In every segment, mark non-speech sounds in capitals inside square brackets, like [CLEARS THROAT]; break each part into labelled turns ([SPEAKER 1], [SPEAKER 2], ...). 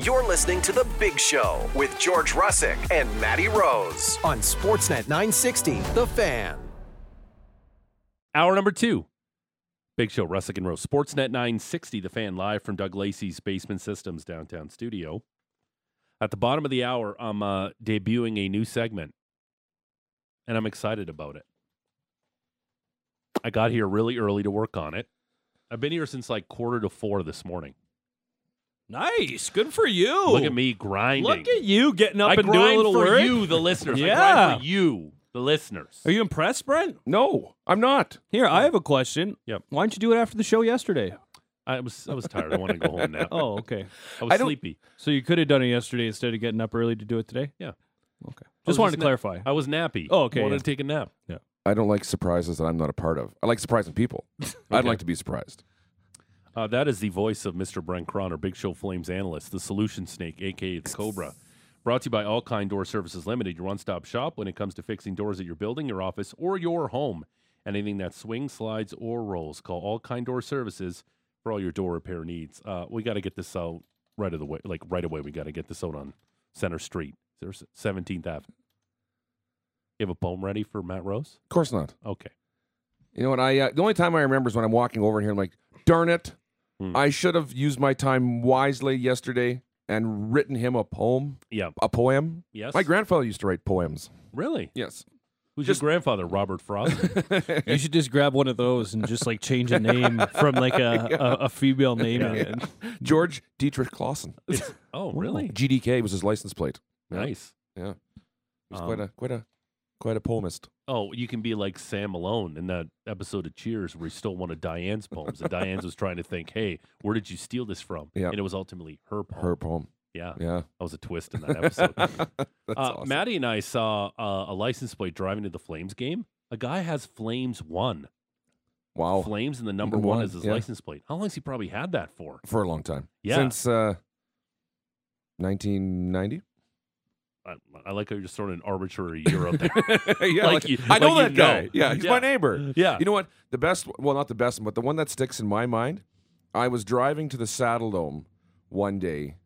[SPEAKER 1] You're listening to The Big Show with George Russick and Matty Rose on Sportsnet 960, The Fan.
[SPEAKER 2] Hour number two. Big Show, Russick and Rose. Sportsnet 960, the fan live from Doug Lacey's Basement Systems downtown studio. At the bottom of the hour, I'm uh, debuting a new segment, and I'm excited about it. I got here really early to work on it. I've been here since like quarter to four this morning.
[SPEAKER 3] Nice. Good for you.
[SPEAKER 2] Look at me grinding.
[SPEAKER 3] Look at you getting up
[SPEAKER 2] I
[SPEAKER 3] and
[SPEAKER 2] grind
[SPEAKER 3] doing a little
[SPEAKER 2] for
[SPEAKER 3] work.
[SPEAKER 2] you, the listeners. I
[SPEAKER 3] Yeah.
[SPEAKER 2] grind for you, the listeners.
[SPEAKER 3] Are you impressed, Brent?
[SPEAKER 4] No, I'm not.
[SPEAKER 3] Here, I have a question.
[SPEAKER 2] Yep.
[SPEAKER 3] Why didn't you do it after the show [LAUGHS] yesterday?
[SPEAKER 2] I was I was tired. I wanted to go home now.
[SPEAKER 3] [LAUGHS] Oh, okay.
[SPEAKER 2] I was
[SPEAKER 4] I don't-
[SPEAKER 2] sleepy.
[SPEAKER 3] So you could have done it yesterday instead of getting up early to do it today? Oh,
[SPEAKER 2] Yeah.
[SPEAKER 3] Okay.
[SPEAKER 2] was
[SPEAKER 3] Just wanted
[SPEAKER 2] Oh, just
[SPEAKER 3] to
[SPEAKER 2] na-
[SPEAKER 3] [LAUGHS] clarify.
[SPEAKER 2] I was nappy.
[SPEAKER 3] Oh, okay,
[SPEAKER 2] I wanted
[SPEAKER 3] yeah.
[SPEAKER 2] to take a nap.
[SPEAKER 4] I don't like surprises that I'm not a part of. I like
[SPEAKER 2] [LAUGHS]
[SPEAKER 4] surprising people. I'd like to be surprised.
[SPEAKER 2] Uh, that is the voice of Mr. Brent Croner, Big Show Flames analyst, the solution snake, aka the Cobra. Brought to you by All Kind Door Services Limited, your one stop shop when it comes to fixing doors at your building, your office, or your home. Anything that swings, slides, or rolls. Call All Kind Door Services for all your door repair needs. Uh, we got to get this out right of the way, like right away. We got to get this out on Center Street, there's 17th Avenue. You have a poem ready for Matt Rose?
[SPEAKER 4] Of course not.
[SPEAKER 2] Okay.
[SPEAKER 4] You know what? I uh, the only time I remember is when I'm walking over here. I'm like, darn it,
[SPEAKER 2] Hmm.
[SPEAKER 4] I should have used my time wisely yesterday and written him a poem.
[SPEAKER 2] Yeah.
[SPEAKER 4] A poem.
[SPEAKER 2] Yes.
[SPEAKER 4] My grandfather used to write poems.
[SPEAKER 2] Really?
[SPEAKER 4] Yes.
[SPEAKER 2] Who's
[SPEAKER 4] Just-
[SPEAKER 2] your grandfather? Robert
[SPEAKER 4] [LAUGHS]
[SPEAKER 2] Frost?
[SPEAKER 3] You should just grab one of those and just like change a [LAUGHS] name from like a, a, a female name. on it.
[SPEAKER 4] George Dietrich Clausen. [LAUGHS]
[SPEAKER 2] It's- oh, really?
[SPEAKER 4] GDK was his license plate. Yeah.
[SPEAKER 2] Nice.
[SPEAKER 4] Yeah. He was
[SPEAKER 2] Um,
[SPEAKER 4] quite a quite a quite a poemist.
[SPEAKER 2] Oh, you can be like Sam Malone in that episode of Cheers where he stole one of Diane's poems. And Diane's was trying to think, hey, where did you steal this from?
[SPEAKER 4] Yeah.
[SPEAKER 2] And it was ultimately her poem.
[SPEAKER 4] Her poem.
[SPEAKER 2] Yeah. That
[SPEAKER 4] Yeah.
[SPEAKER 2] was a twist in that episode. uh,
[SPEAKER 4] [LAUGHS] That's awesome.
[SPEAKER 2] Maddie and I saw uh, a license plate driving to the Flames game. A guy has Flames one.
[SPEAKER 4] wow.
[SPEAKER 2] Flames and the number
[SPEAKER 4] Oh. Number
[SPEAKER 2] one,
[SPEAKER 4] one,
[SPEAKER 2] is his
[SPEAKER 4] yeah.
[SPEAKER 2] license plate. How long's he probably had that for?
[SPEAKER 4] for a long time.
[SPEAKER 2] Yeah.
[SPEAKER 4] Since uh, 1990.
[SPEAKER 2] I, I like how you're just throwing an arbitrary year
[SPEAKER 4] [LAUGHS]
[SPEAKER 2] out there.
[SPEAKER 4] yeah,
[SPEAKER 2] Like you-
[SPEAKER 4] I know
[SPEAKER 2] like
[SPEAKER 4] that
[SPEAKER 2] you
[SPEAKER 4] guy.
[SPEAKER 2] know.
[SPEAKER 4] Yeah, he's
[SPEAKER 2] Yeah. Uh,
[SPEAKER 4] my neighbor.
[SPEAKER 2] yeah.
[SPEAKER 4] You know what? The best, well, not the best, but the one that sticks in my mind. I was driving to the Saddle Dome one day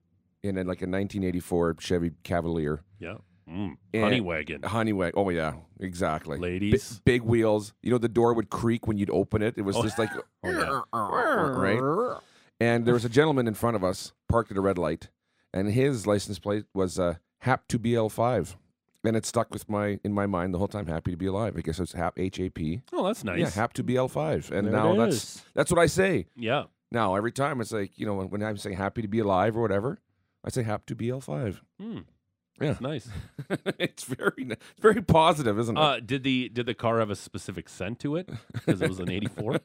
[SPEAKER 4] in a, like a 1984 Chevy Cavalier
[SPEAKER 2] yeah. Mm.
[SPEAKER 4] Yeah.
[SPEAKER 2] Honey wagon.
[SPEAKER 4] Honeyway. Oh yeah, exactly. Bi-
[SPEAKER 2] Ladies.
[SPEAKER 4] big wheels. You know the door would creak when you'd open it. It was
[SPEAKER 2] Oh.
[SPEAKER 4] just like
[SPEAKER 2] Oh, [LAUGHS] yeah.
[SPEAKER 4] right. And there was a gentleman in front of us parked at a red light, and his license plate was uh, HAP to BL5, and it stuck with my in my mind the whole time. Happy to be alive. I guess it's HAP H A P.
[SPEAKER 2] Oh, that's nice.
[SPEAKER 4] Yeah, HAP to BL5, [LAUGHS] and now that's that's what I say
[SPEAKER 2] yeah.
[SPEAKER 4] now every time. It's like you know when, when I'm saying happy to be alive or whatever, I say HAP to BL5.
[SPEAKER 2] Hmm.
[SPEAKER 4] Yeah.
[SPEAKER 2] That's [LAUGHS] nice.
[SPEAKER 4] [LAUGHS] it's very n- it's very positive, isn't it?
[SPEAKER 2] Uh, did the did the car have a specific scent to it? Because it was an '84.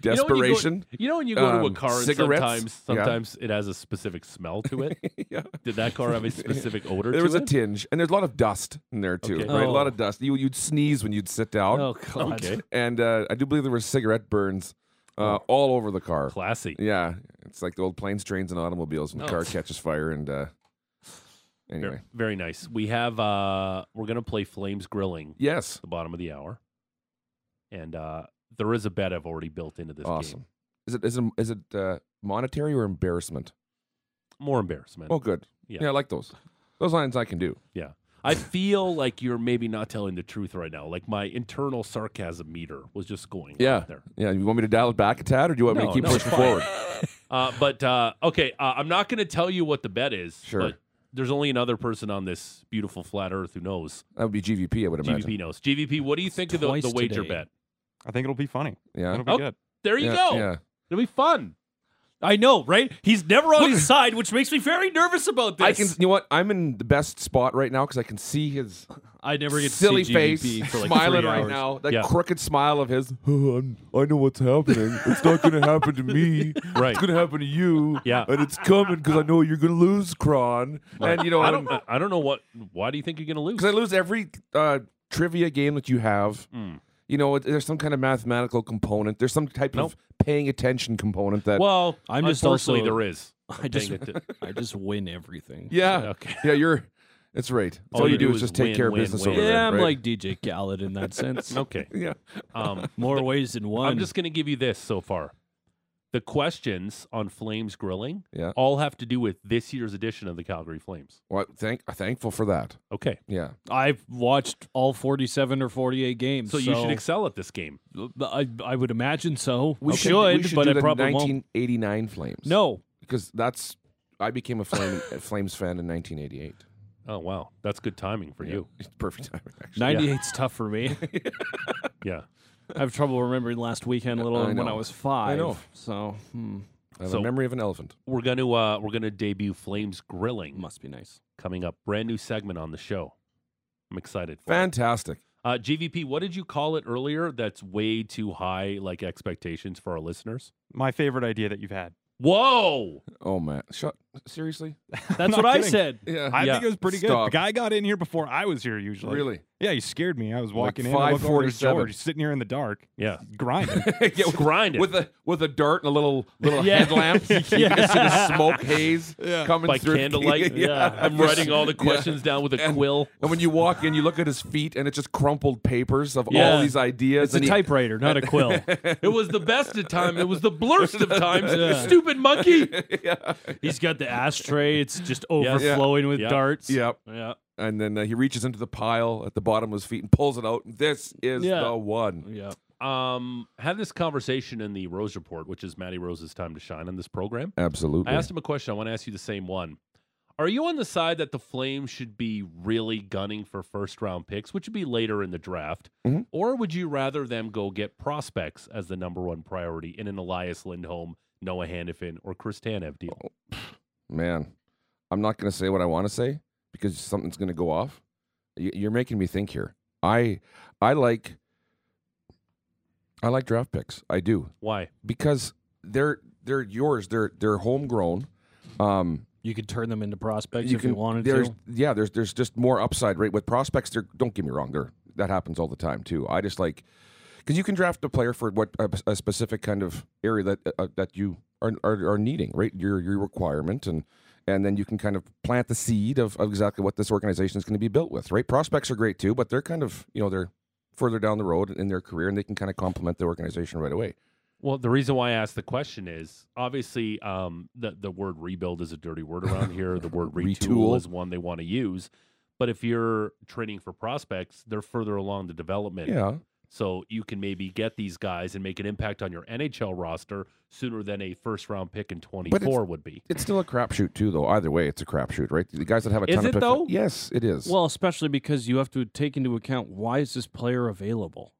[SPEAKER 4] Desperation.
[SPEAKER 2] [LAUGHS]
[SPEAKER 4] [LAUGHS]
[SPEAKER 2] You know when you go to a
[SPEAKER 4] Um,
[SPEAKER 2] car, and
[SPEAKER 4] cigarettes?
[SPEAKER 2] sometimes
[SPEAKER 4] Yeah.
[SPEAKER 2] sometimes it has a specific smell to it. [LAUGHS]
[SPEAKER 4] yeah.
[SPEAKER 2] Did that car have a [LAUGHS] specific odor?
[SPEAKER 4] There
[SPEAKER 2] to
[SPEAKER 4] was a
[SPEAKER 2] it?
[SPEAKER 4] tinge, and there's a lot of dust in there too,
[SPEAKER 2] Okay.
[SPEAKER 4] right? A lot
[SPEAKER 3] Oh.
[SPEAKER 4] of dust. You you'd sneeze when you'd sit down.
[SPEAKER 3] Oh, God. [LAUGHS]
[SPEAKER 2] okay,
[SPEAKER 4] and uh, I do believe there were cigarette burns uh,
[SPEAKER 2] Oh.
[SPEAKER 4] all over the car.
[SPEAKER 2] classy.
[SPEAKER 4] Yeah, it's like the old planes, trains, and automobiles, and the
[SPEAKER 2] Oh.
[SPEAKER 4] car catches fire. And uh,
[SPEAKER 2] Ver-
[SPEAKER 4] anyway,
[SPEAKER 2] very nice. We have uh, we're gonna play Flames Grilling at
[SPEAKER 4] yes,
[SPEAKER 2] the bottom of the hour, and uh, there is a bet I've already built into this
[SPEAKER 4] awesome.
[SPEAKER 2] game.
[SPEAKER 4] Is it is it is it uh, monetary or embarrassment?
[SPEAKER 2] More embarrassment.
[SPEAKER 4] Oh, good.
[SPEAKER 2] Yeah.
[SPEAKER 4] Yeah. I like those. Those lines I can do.
[SPEAKER 2] I feel like you're maybe not telling the truth right now. Like my internal sarcasm meter was just going off
[SPEAKER 4] Yeah.
[SPEAKER 2] there.
[SPEAKER 4] Yeah, you want me to dial it back a tad, or do you want me
[SPEAKER 2] No,
[SPEAKER 4] to keep
[SPEAKER 2] no, it's
[SPEAKER 4] pushing
[SPEAKER 2] fine.
[SPEAKER 4] forward?
[SPEAKER 2] Uh, but uh, okay, uh, I'm not going to tell you what the bet is.
[SPEAKER 4] Sure.
[SPEAKER 2] But there's only another person on this beautiful flat Earth who knows.
[SPEAKER 4] That would be GVP, I would imagine.
[SPEAKER 2] GVP knows. GVP, what do you think of the,
[SPEAKER 3] twice
[SPEAKER 2] the wager
[SPEAKER 3] today.
[SPEAKER 2] bet?
[SPEAKER 5] I think it'll be funny.
[SPEAKER 4] Yeah.
[SPEAKER 5] It'll be
[SPEAKER 2] Oh,
[SPEAKER 5] good.
[SPEAKER 2] There you
[SPEAKER 4] Yeah,
[SPEAKER 2] go.
[SPEAKER 4] Yeah.
[SPEAKER 2] It'll be fun.
[SPEAKER 3] I know, right? He's never on his side, which makes me very nervous about this.
[SPEAKER 4] I can. You know what? I'm in the best spot right now because I can see his
[SPEAKER 3] I never get to
[SPEAKER 4] silly
[SPEAKER 3] see
[SPEAKER 4] face
[SPEAKER 3] GVP for like
[SPEAKER 4] smiling
[SPEAKER 3] three
[SPEAKER 4] right
[SPEAKER 3] hours.
[SPEAKER 4] now. That
[SPEAKER 2] Yeah.
[SPEAKER 4] crooked smile of his. "Oh, I'm- I know what's happening. It's not going to happen
[SPEAKER 2] [LAUGHS]
[SPEAKER 4] to me.
[SPEAKER 2] Right.
[SPEAKER 4] [LAUGHS] It's going to happen to you.
[SPEAKER 2] Yeah.
[SPEAKER 4] And it's coming because I know you're going to lose, Kron. And you know,
[SPEAKER 2] I don't. I- I don't know what. Why do you think you're going to lose?
[SPEAKER 4] because I lose every uh, trivia game that you have.
[SPEAKER 2] Mm.
[SPEAKER 4] You know, it- there's some kind of mathematical component. There's some type
[SPEAKER 2] Nope.
[SPEAKER 4] of paying attention component that.
[SPEAKER 2] well,
[SPEAKER 3] Uh, I'm just
[SPEAKER 2] unfortunately
[SPEAKER 3] also-
[SPEAKER 2] there is.
[SPEAKER 3] [LAUGHS] I just,
[SPEAKER 2] Dang it.
[SPEAKER 3] I just win everything.
[SPEAKER 4] yeah,
[SPEAKER 2] [LAUGHS] Okay.
[SPEAKER 4] yeah, you're. That's right. That's
[SPEAKER 2] All
[SPEAKER 4] all
[SPEAKER 2] you
[SPEAKER 4] you do
[SPEAKER 2] do
[SPEAKER 4] is
[SPEAKER 2] is
[SPEAKER 4] just take
[SPEAKER 2] win,
[SPEAKER 4] care of
[SPEAKER 2] win,
[SPEAKER 4] business
[SPEAKER 2] win.
[SPEAKER 4] over there.
[SPEAKER 3] Yeah, I'm
[SPEAKER 4] right?
[SPEAKER 3] like DJ Khaled [LAUGHS] in that sense.
[SPEAKER 2] Okay.
[SPEAKER 4] yeah,
[SPEAKER 2] Um,
[SPEAKER 3] [LAUGHS] More ways than one.
[SPEAKER 2] I'm just going to give you this so far. the questions on Flames grilling
[SPEAKER 3] Uh.
[SPEAKER 4] Yeah.
[SPEAKER 2] all have to do with this year's edition of the Calgary Flames.
[SPEAKER 4] Well, thank thankful for that.
[SPEAKER 2] Okay.
[SPEAKER 4] Yeah.
[SPEAKER 3] I've watched all 47 or 48 games.
[SPEAKER 2] So, you should excel at this game.
[SPEAKER 3] I, I would imagine so. We
[SPEAKER 4] Okay.
[SPEAKER 3] should,
[SPEAKER 4] we should
[SPEAKER 3] but
[SPEAKER 4] do
[SPEAKER 3] I
[SPEAKER 4] the
[SPEAKER 3] probably won't.
[SPEAKER 4] 1989 Flames.
[SPEAKER 3] No,
[SPEAKER 4] because that's I became a Flame, a Flames fan in 1988.
[SPEAKER 2] Oh wow, that's good timing for you.
[SPEAKER 4] It's perfect timing, actually.
[SPEAKER 3] 98's tough for me.
[SPEAKER 2] Yeah.
[SPEAKER 3] I have trouble remembering last weekend, little
[SPEAKER 4] I
[SPEAKER 3] when
[SPEAKER 4] know.
[SPEAKER 3] I was five.
[SPEAKER 4] I know.
[SPEAKER 3] So hmm,
[SPEAKER 4] I have
[SPEAKER 2] So-
[SPEAKER 4] a memory of an elephant.
[SPEAKER 2] We're going to uh we're going to debut Flames Grilling
[SPEAKER 3] must be nice.
[SPEAKER 2] coming up. Brand new segment on the show. I'm excited for it.
[SPEAKER 4] Fantastic.
[SPEAKER 2] Uh, GVP, what did you call it earlier? That's way too high, like expectations for our listeners.
[SPEAKER 5] My favorite idea that you've had.
[SPEAKER 2] Whoa!
[SPEAKER 4] Oh man, shut seriously?
[SPEAKER 5] I'm
[SPEAKER 3] [LAUGHS] That's
[SPEAKER 5] not
[SPEAKER 3] what I
[SPEAKER 5] kidding.
[SPEAKER 3] said.
[SPEAKER 4] Yeah,
[SPEAKER 5] I
[SPEAKER 2] Yeah,
[SPEAKER 5] think it was pretty good. The
[SPEAKER 4] stop.
[SPEAKER 5] guy got in here before I was here. Usually,
[SPEAKER 4] really.
[SPEAKER 5] Yeah, he scared me. I was
[SPEAKER 4] Like
[SPEAKER 5] walking in. I look over, there's
[SPEAKER 4] 5:47.
[SPEAKER 5] George sitting here in the dark,
[SPEAKER 2] Yeah,
[SPEAKER 5] grinding.
[SPEAKER 4] yeah, with,
[SPEAKER 2] grind it
[SPEAKER 4] with a with a dart and a little
[SPEAKER 3] [LAUGHS]
[SPEAKER 4] little
[SPEAKER 3] Yeah.
[SPEAKER 4] headlamp, you can see the
[SPEAKER 3] [LAUGHS]
[SPEAKER 4] smoke haze coming
[SPEAKER 2] by
[SPEAKER 4] through. [LAUGHS]
[SPEAKER 2] [LAUGHS] candlelight. I'm writing all the questions down with a
[SPEAKER 4] And-
[SPEAKER 2] quill.
[SPEAKER 4] And when you walk in, you look at his feet, and it's just crumpled papers of
[SPEAKER 3] Yeah.
[SPEAKER 4] all these ideas.
[SPEAKER 3] It's a
[SPEAKER 4] and he-
[SPEAKER 3] typewriter, not a quill.
[SPEAKER 2] [LAUGHS] It was the best of time. It was the blurst of [LAUGHS] times.
[SPEAKER 3] Yeah.
[SPEAKER 2] Stupid monkey.
[SPEAKER 3] He's got the ashtray. It's just overflowing with
[SPEAKER 2] Yeah.
[SPEAKER 3] darts.
[SPEAKER 4] Yep.
[SPEAKER 3] Yeah.
[SPEAKER 4] And then uh, he reaches into the pile at the bottom of his feet and pulls it out. This is
[SPEAKER 3] Yeah.
[SPEAKER 4] the one.
[SPEAKER 3] Yeah.
[SPEAKER 2] [LAUGHS] Um, had this conversation in the Rose Report, which is Matty Rose's time to shine on this program.
[SPEAKER 4] Absolutely.
[SPEAKER 2] I asked him a question. I want to ask you the same one. Are you on the side that the Flames should be really gunning for first round picks, which would be later in the draft?
[SPEAKER 4] Mhm.
[SPEAKER 2] Or would you rather them go get prospects as the number one priority in an Elias Lindholm, Noah Hannafin, or Chris Tanev deal?
[SPEAKER 4] man, I'm not going to say what I want to say because something's going to go off. You- You're making me think here. I I like I like draft picks. I do
[SPEAKER 2] Why?
[SPEAKER 4] because they're they're yours. They're they're homegrown. Um,
[SPEAKER 3] You could turn them into prospects
[SPEAKER 4] you
[SPEAKER 3] if
[SPEAKER 4] can
[SPEAKER 3] you wanted
[SPEAKER 4] there's,
[SPEAKER 3] to.
[SPEAKER 4] Yeah, there's there's just more upside rate with prospects. There, don't get me wrong. There that happens all the time too. I just like because you can draft a player for what a, a specific kind of area that uh, that you are, are are needing, right? Your your requirement and. And then you can kind of plant the seed of, of exactly what this organization is going to be built with, right? Prospects are great too, but they're kind of, you know, they're further down the road in their career and they can kind of complement the organization right away.
[SPEAKER 2] Well, the reason why I asked the question is obviously um, the the word rebuild is a dirty word around here. The word retool,
[SPEAKER 4] [LAUGHS] Retool.
[SPEAKER 2] is one they want to use. But if you're trading for prospects, they're further along the development.
[SPEAKER 4] Yeah.
[SPEAKER 2] So you can maybe get these guys and make an impact on your NHL roster sooner than a first round pick in 24 would be.
[SPEAKER 4] It's still a crapshoot too, though. Either way, it's a crapshoot, right? The guys that have a
[SPEAKER 2] Is
[SPEAKER 4] ton
[SPEAKER 2] it,
[SPEAKER 4] of pick-
[SPEAKER 2] though?
[SPEAKER 4] Yes, it is.
[SPEAKER 3] Well, especially because you have to take into account why is this player available?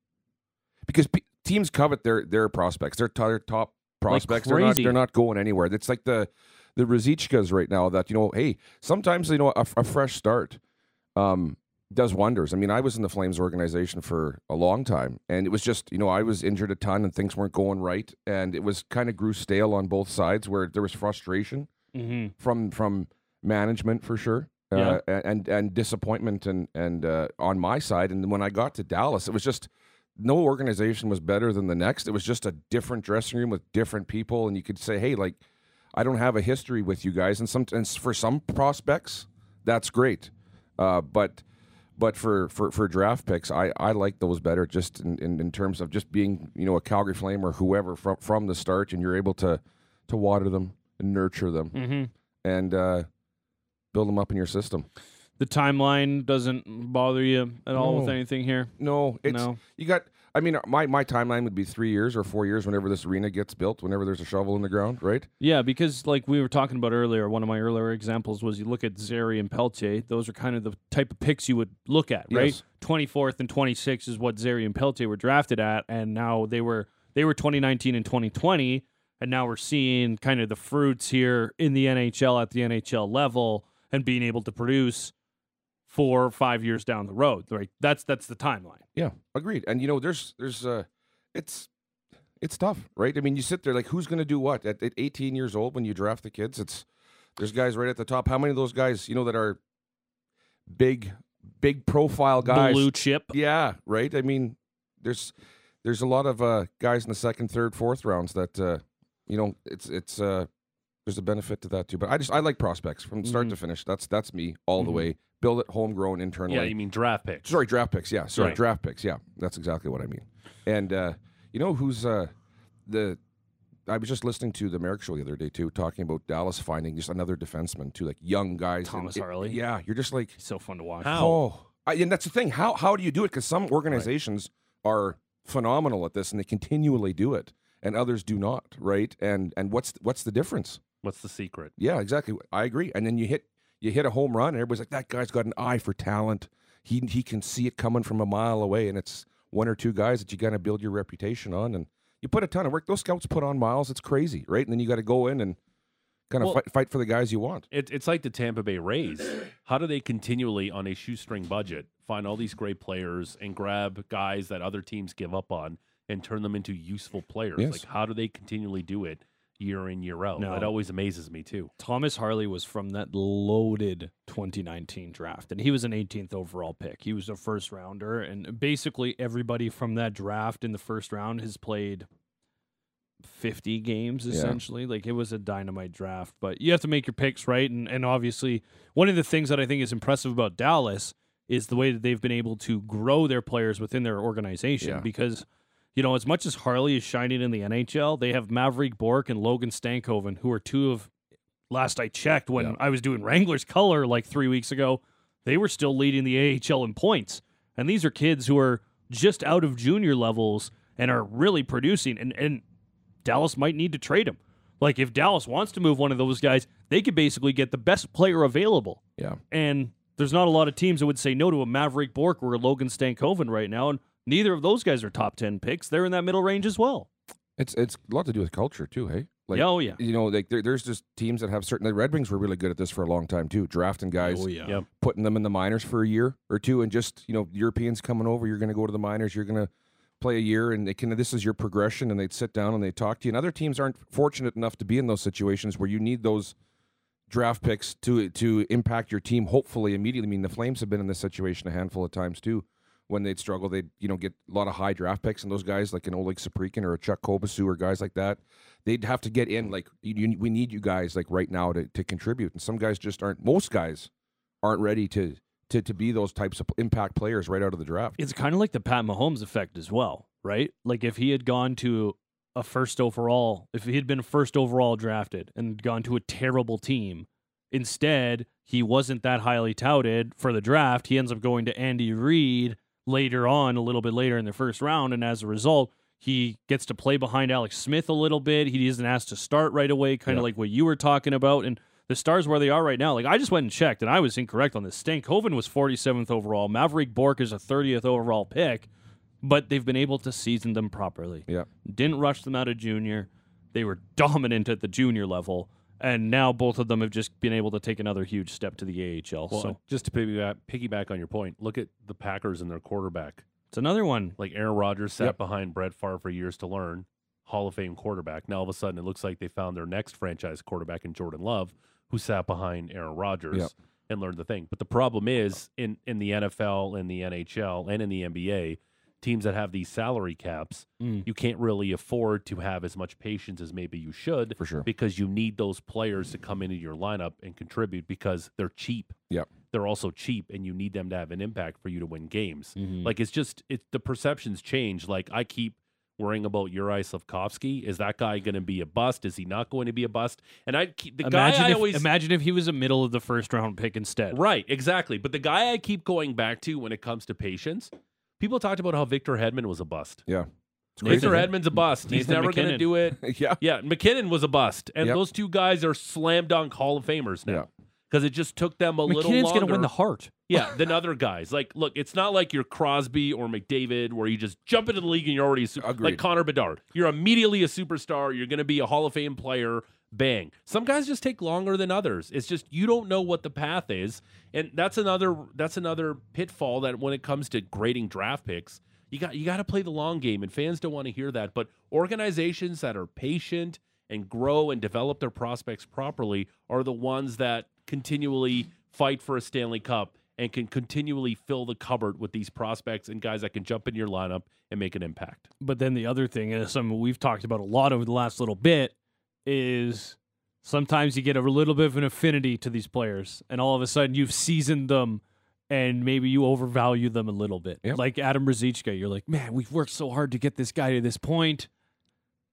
[SPEAKER 4] because pe teams covet their their prospects, their, t- their top prospects. they're not
[SPEAKER 3] crazy.
[SPEAKER 4] they're not going anywhere. It's like the the Rizickas right now. That you know, hey, sometimes you know a, a fresh start um, does wonders. I mean, I was in the Flames organization for a long time, and it was just you know I was injured a ton and things weren't going right, and it was kind of grew stale on both sides where there was frustration
[SPEAKER 3] Mm-hmm.
[SPEAKER 4] from from management for sure.
[SPEAKER 3] Yeah.
[SPEAKER 4] Uh, a- and and disappointment and and uh, on my side and when I got to Dallas it was just no organization was better than the next it was just a different dressing room with different people and you could say hey like I don't have a history with you guys and some and s- for some prospects that's great uh, but but for, for, for draft picks I, I like those better just in, in, in terms of just being you know a Calgary Flame or whoever from from the start and you're able to to water them and nurture them
[SPEAKER 3] Mm-hmm.
[SPEAKER 4] and uh, build them up in your system.
[SPEAKER 3] The timeline doesn't bother you at all with
[SPEAKER 4] No.
[SPEAKER 3] anything here.
[SPEAKER 4] No, it's
[SPEAKER 3] No.
[SPEAKER 4] you got. I mean, my my timeline would be three years or four years whenever this arena gets built, whenever there's a shovel in the ground, right?
[SPEAKER 3] Yeah, because like we were talking about earlier, one of my earlier examples was you look at Zeri and Peltier. Those are kind of the type of picks you would look at, right?
[SPEAKER 4] Yes.
[SPEAKER 3] Twenty fourth and twenty sixth is what Zeri and Peltier were drafted at, and now they were they were twenty nineteen and twenty twenty, and now we're seeing kind of the fruits here in the NHL at the NHL level and being able to produce four or five years down the road. Right? That's that's the timeline.
[SPEAKER 4] Yeah, agreed. And you know, there's there's uh, it's it's tough, right? I mean, you sit there like, who's going to do what at, at 18 years old when you draft the kids? It's there's guys right at the top. How many of those guys you know that are big big profile guys?
[SPEAKER 3] Blue chip.
[SPEAKER 4] Yeah, right. I mean, there's there's a lot of uh, guys in the second, third, fourth rounds that uh, you know it's it's uh, there's a benefit to that too. But I just I like prospects from start
[SPEAKER 2] Mm-hmm.
[SPEAKER 4] to finish. That's that's me all the way. Build it homegrown internally.
[SPEAKER 2] Yeah, you mean draft picks.
[SPEAKER 4] sorry, draft picks. Yeah, sorry,
[SPEAKER 2] Right.
[SPEAKER 4] draft picks. Yeah, that's exactly what I mean. And uh, you know who's uh, the I was just listening to the Merrick show the other day too, talking about Dallas finding just another defenseman too, like young guys. and
[SPEAKER 3] Thomas
[SPEAKER 4] it-
[SPEAKER 3] Harley.
[SPEAKER 4] yeah, you're just like,
[SPEAKER 3] He's so fun to watch.
[SPEAKER 2] How?
[SPEAKER 4] oh, I, and that's the thing. How how do you do it? Because some organizations are phenomenal at this, and they continually do it, and others do not, right? And and what's what's the difference?
[SPEAKER 2] What's the secret?
[SPEAKER 4] Yeah, exactly. I agree. And then you hit you hit a home run, and everybody's like, that guy's got an eye for talent. He he can see it coming from a mile away, and it's one or two guys that you got to build your reputation on, and you put a ton of work. Those scouts put on miles. It's crazy, right? And then you got to go in and kind of
[SPEAKER 2] Well-
[SPEAKER 4] fight, fight for the guys you want.
[SPEAKER 2] It, it's like the Tampa Bay [CLEARS THROAT] Rays. How do they continually, on a shoestring budget, find all these great players and grab guys that other teams give up on and turn them into useful players?
[SPEAKER 4] Yes.
[SPEAKER 2] Like, how do they continually do it year in, year out?
[SPEAKER 3] No.
[SPEAKER 2] That always amazes me, too.
[SPEAKER 3] Thomas Harley was from that loaded 2019 draft, and he was an 18th overall pick. He was a first rounder, and basically everybody from that draft in the first round has played 50 games
[SPEAKER 4] Yeah.
[SPEAKER 3] essentially. Like it was a dynamite draft, but you have to make your picks right. And, and obviously, one of the things that I think is impressive about Dallas is the way that they've been able to grow their players within their organization
[SPEAKER 4] Yeah.
[SPEAKER 3] because you know, as much as Harley is shining in the NHL, they have Maverick Bork and Logan Stankoven, who are two of last I checked when I was doing Wranglers color like three weeks ago, they were still leading the AHL in points. And these are kids who are just out of junior levels and are really producing. And, and Dallas might need to trade him. Like, if Dallas wants to move one of those guys, they could basically get the best player available
[SPEAKER 4] Yeah,
[SPEAKER 3] and there's not a lot of teams that would say no to a Maverick Bork or a Logan Stankoven right now, and neither of those guys are top ten picks. They're in that middle range as well.
[SPEAKER 4] it's it's a lot to do with culture too. Hey, like
[SPEAKER 3] Yeah, oh yeah,
[SPEAKER 4] you know, like there, there's just teams that have certain. The Red Wings were really good at this for a long time too, drafting guys.
[SPEAKER 3] yeah.
[SPEAKER 2] Yep.
[SPEAKER 4] putting them in the minors for a year or two, and just you know Europeans coming over, you're going to go to the minors, you're going to play a year, and they can this is your progression, and they'd sit down and they talk to you. And other teams aren't fortunate enough to be in those situations where you need those draft picks to to impact your team. Hopefully, immediately. I mean, the Flames have been in this situation a handful of times too. When they'd struggle, they'd you know get a lot of high draft picks, and those guys like an Oleg Saprikin or a Chuck Kobasu or guys like that, they'd have to get in. Like you, you, we need you guys like right now to to contribute, and some guys just aren't. Most guys aren't ready to to to be those types of impact players right out of the draft.
[SPEAKER 3] It's kind of like the Pat Mahomes effect as well, right? Like if he had gone to a first overall, if he had been first overall drafted and gone to a terrible team, instead he wasn't that highly touted for the draft. He ends up going to Andy Reid later on, a little bit later in the first round, and as a result, he gets to play behind Alex Smith a little bit. He isn't asked to start right away, kind of like what you were talking about, and the stars where they are right now. Like I just went and checked, and I was incorrect on this. Stankoven was 47th overall. Maverick Bork is a 30th overall pick, but they've been able to season them properly.
[SPEAKER 4] Yeah.
[SPEAKER 3] Didn't rush them out of junior. They were [LAUGHS] dominant at the junior level, and now both of them have just been able to take another huge step to the AHL.
[SPEAKER 2] Well,
[SPEAKER 3] so
[SPEAKER 2] just to piggyback, piggyback on your point, look at the Packers and their quarterback.
[SPEAKER 3] it's another one.
[SPEAKER 2] Like Aaron Rodgers sat
[SPEAKER 4] Yep.
[SPEAKER 2] behind Brett Favre for years to learn, Hall of Fame quarterback. Now all of a sudden, it looks like they found their next franchise quarterback in Jordan Love, who sat behind Aaron Rodgers
[SPEAKER 4] Yep.
[SPEAKER 2] and learned the thing. But the problem is in in the NFL, in the NHL, and in the NBA, teams that have these salary caps,
[SPEAKER 3] Mm.
[SPEAKER 2] you can't really afford to have as much patience as maybe you should
[SPEAKER 4] For sure.
[SPEAKER 2] because you need those players to come into your lineup and contribute because they're cheap.
[SPEAKER 4] Yep.
[SPEAKER 2] They're also cheap and you need them to have an impact for you to win games. Like it's just it's the perceptions change. Like I keep worrying about Uri Slavkovsky. Is that guy going to be a bust? Is he not going to be a bust? And I keep the
[SPEAKER 3] imagine
[SPEAKER 2] guy I
[SPEAKER 3] if,
[SPEAKER 2] always
[SPEAKER 3] imagine if he was a middle of the first round pick instead.
[SPEAKER 2] right exactly. But the guy I keep going back to when it comes to patience, people talked about how Victor Hedman was a bust.
[SPEAKER 4] Yeah,
[SPEAKER 2] Victor Hedman's a bust. He's
[SPEAKER 3] Nathan
[SPEAKER 2] never going to
[SPEAKER 3] McKinnon.
[SPEAKER 2] do it.
[SPEAKER 4] [LAUGHS] yeah,
[SPEAKER 2] Yeah, McKinnon was a bust, and
[SPEAKER 4] Yep.
[SPEAKER 2] those two guys are slam dunk Hall of Famers now because it just took them a little
[SPEAKER 3] McKinnon's
[SPEAKER 2] longer.
[SPEAKER 3] going to win the heart.
[SPEAKER 2] yeah, than other guys. Like, look, it's not like you're Crosby or McDavid, where you just jump into the league and you're already a super, like
[SPEAKER 4] Agreed.
[SPEAKER 2] Connor Bedard. You're immediately a superstar. You're going to be a Hall of Fame player. Bang. Some guys just take longer than others. It's just you don't know what the path is, and that's another that's another pitfall that when it comes to grading draft picks, you got you got to play the long game, and fans don't want to hear that. But organizations that are patient and grow and develop their prospects properly are the ones that continually fight for a Stanley Cup and can continually fill the cupboard with these prospects and guys that can jump in your lineup and make an impact.
[SPEAKER 3] But then the other thing is something we've talked about a lot over the last little bit is sometimes you get a little bit of an affinity to these players, and all of a sudden you've seasoned them, and maybe you overvalue them a little bit.
[SPEAKER 4] Yep.
[SPEAKER 3] Like Adam Ruzicka, you're like, man, we've worked so hard to get this guy to this point.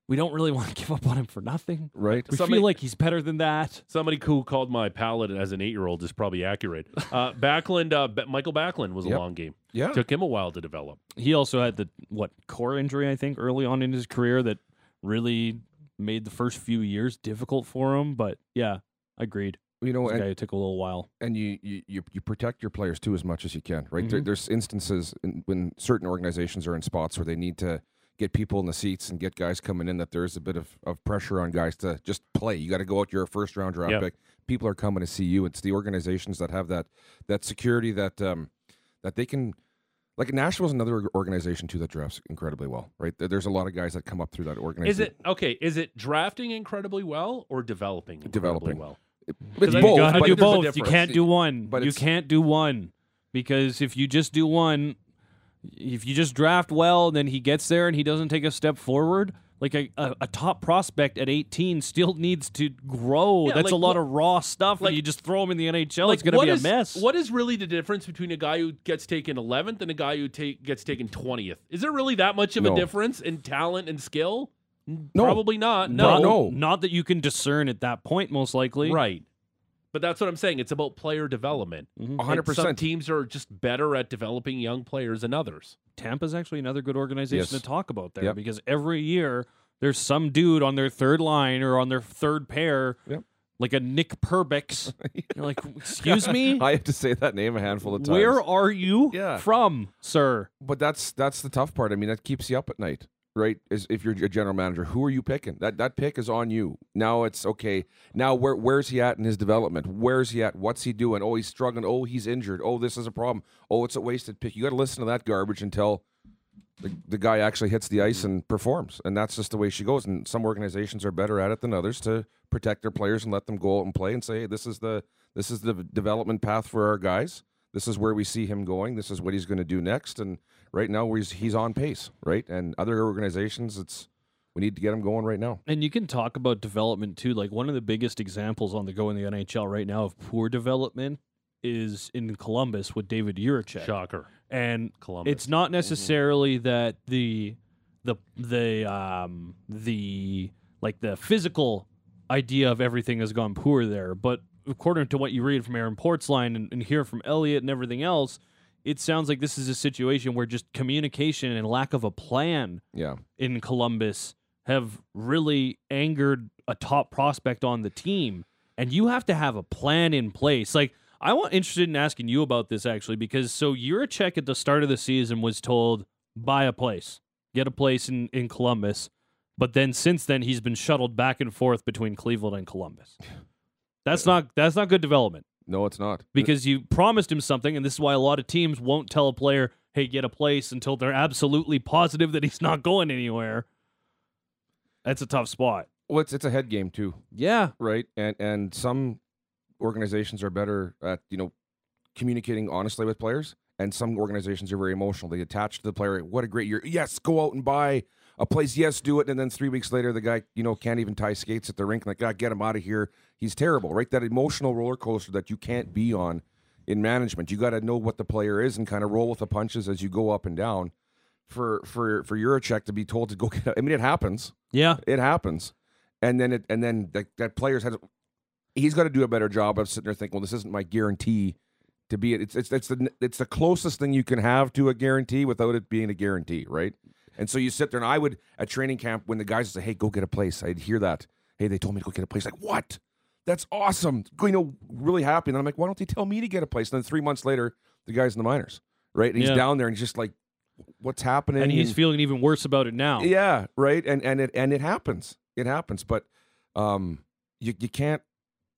[SPEAKER 3] we don't really [LAUGHS] want to give up on him for nothing.
[SPEAKER 4] right?
[SPEAKER 3] We
[SPEAKER 2] Somebody-
[SPEAKER 3] feel like he's better than that.
[SPEAKER 2] Somebody who called my palate as an eight-year-old is probably accurate.
[SPEAKER 4] [LAUGHS]
[SPEAKER 2] Uh, Backlund, uh, Ba- Michael Backlund was a
[SPEAKER 4] Yep.
[SPEAKER 2] long game.
[SPEAKER 4] Yeah.
[SPEAKER 2] Took him a while to develop.
[SPEAKER 3] He also had the what core injury I think early on in his career that really made the first few years difficult for him. But yeah, agreed.
[SPEAKER 4] You know,
[SPEAKER 3] This
[SPEAKER 4] and,
[SPEAKER 3] guy took a little while.
[SPEAKER 4] and you, you you you protect your players too as much as you can, right? There,
[SPEAKER 3] Mhm.
[SPEAKER 4] there's instances in, when certain organizations are in spots where they need to get people in the seats and get guys coming in that there is a bit of, of pressure on guys to just play. You got to go out. You're a first round draft
[SPEAKER 2] Yeah.
[SPEAKER 4] pick. People are coming to see you. It's the organizations that have that that security that um, that they can. Like Nashville's another org- organization too that drafts incredibly well, right? There- There's a lot of guys that come up through that organization.
[SPEAKER 2] Is it okay? Is it drafting incredibly well or developing incredibly
[SPEAKER 4] Developing.
[SPEAKER 2] well?
[SPEAKER 4] It's
[SPEAKER 2] I-
[SPEAKER 4] both.
[SPEAKER 3] You gotta
[SPEAKER 4] but
[SPEAKER 3] do
[SPEAKER 4] there's a
[SPEAKER 3] both. You
[SPEAKER 4] difference.
[SPEAKER 3] can't do one.
[SPEAKER 4] but
[SPEAKER 3] you
[SPEAKER 4] it's-
[SPEAKER 3] can't do one because if you just do one, if you just draft well, then he gets there and he doesn't take a step forward. Like a, a, a top prospect at 18 still needs to grow.
[SPEAKER 2] Yeah,
[SPEAKER 3] That's a
[SPEAKER 2] like
[SPEAKER 3] lot
[SPEAKER 2] what-
[SPEAKER 3] of raw stuff.
[SPEAKER 2] like-
[SPEAKER 3] and you just throw him in the
[SPEAKER 4] Oh,
[SPEAKER 3] NHL, it's
[SPEAKER 2] Like,
[SPEAKER 3] going to
[SPEAKER 2] what
[SPEAKER 3] be a
[SPEAKER 2] is-
[SPEAKER 3] mess.
[SPEAKER 2] What is really the difference between a guy who gets taken 11th and a guy who take, gets taken 20th? Is there really that much of a
[SPEAKER 4] No.
[SPEAKER 2] difference in talent and skill? N-
[SPEAKER 4] No.
[SPEAKER 2] Probably not.
[SPEAKER 4] No.
[SPEAKER 2] No.
[SPEAKER 4] No.
[SPEAKER 3] Not that you can discern at that point, most likely.
[SPEAKER 2] Right. But that's what I'm saying. It's about player development.
[SPEAKER 3] Mhm.
[SPEAKER 4] Mm-hmm. A hundred
[SPEAKER 2] And Some
[SPEAKER 4] percent.
[SPEAKER 2] teams are just better at developing young players than others.
[SPEAKER 3] Tampa's actually another good organization to
[SPEAKER 4] Yes.
[SPEAKER 3] talk about there
[SPEAKER 4] Yep.
[SPEAKER 3] because every year there's some dude on their third line or on their third pair,
[SPEAKER 4] Yep.
[SPEAKER 3] like a Nick
[SPEAKER 4] [LAUGHS]
[SPEAKER 3] Perbix. You're like, excuse me,
[SPEAKER 4] I have to say that name a handful of times.
[SPEAKER 3] where are you
[SPEAKER 4] Yeah.
[SPEAKER 3] from, sir?
[SPEAKER 4] But that's that's the tough part. I mean, that keeps you up at night, right? Is if you're a general manager, who are you picking? That that pick is on you. Now it's okay. Now where where's he at in his development? Where's he at? What's he doing? Oh, he's struggling. Oh, he's injured. Oh, this is a problem. Oh, it's a wasted pick. You got to listen to that garbage until the, the guy actually hits the ice and performs. And that's just the way she goes. And some organizations are better at it than others to protect their players and let them go out and play and say, hey, this is the this is the development path for our guys. This is where we see him going. This is what he's going to do next. And right now, he's he's on pace, right? And other organizations, it's we need to get him going right now.
[SPEAKER 3] And you can talk about development too. Like one of the biggest examples on the go in the NHL right now of poor development is in Columbus with David Juracek.
[SPEAKER 2] Shocker.
[SPEAKER 3] And
[SPEAKER 2] Columbus.
[SPEAKER 3] It's not necessarily that the the the um the like the physical idea of everything has gone poor there, but according to what you read from Aaron Portsline and, and hear from Elliot and everything else, it sounds like this is a situation where just communication and lack of a plan
[SPEAKER 4] Yeah,
[SPEAKER 3] in Columbus have really angered a top prospect on the team, and you have to have a plan in place. Like I want interested in asking you about this actually, because so Juracek at the start of the season was told buy a place, get a place in in Columbus, but then since then he's been shuttled back and forth between Cleveland and Columbus. That's not that's not good development
[SPEAKER 4] no, it's not.
[SPEAKER 3] because you promised him something, and this is why a lot of teams won't tell a player, "Hey, get a place," until they're absolutely positive that he's not going anywhere. That's a tough spot.
[SPEAKER 4] Well, it's it's a head game too.
[SPEAKER 3] Yeah,
[SPEAKER 4] right and and some organizations are better at you know communicating honestly with players and some organizations are very emotional they attach to the player what a great year yes go out and buy a place yes do it and then three weeks later the guy you know can't even tie skates at the rink like god get him out of here he's terrible right that emotional roller coaster that you can't be on in management you got to know what the player is and kind of roll with the punches as you go up and down for for for Eurocheck to be told to go [LAUGHS] get a- I mean it happens
[SPEAKER 3] yeah.
[SPEAKER 4] it happens, and then it and then that that player's had. He's got to do a better job of sitting there thinking, well, this isn't my guarantee to be it. It's it's it's the it's the closest thing you can have to a guarantee without it being a guarantee, right? And so you sit there, and I would at training camp when the guys would say, "Hey, go get a place," I'd hear that. Hey, they told me to go get a place. Like what? That's awesome. You know, really happy. And I'm like, why don't they tell me to get a place? And then three months later, the guy's in the minors, right? And he's
[SPEAKER 3] Yeah.
[SPEAKER 4] down there and just like, what's happening?
[SPEAKER 3] And he's feeling even worse about it now.
[SPEAKER 4] Yeah, right. And and it and it happens. It happens. But um you you can't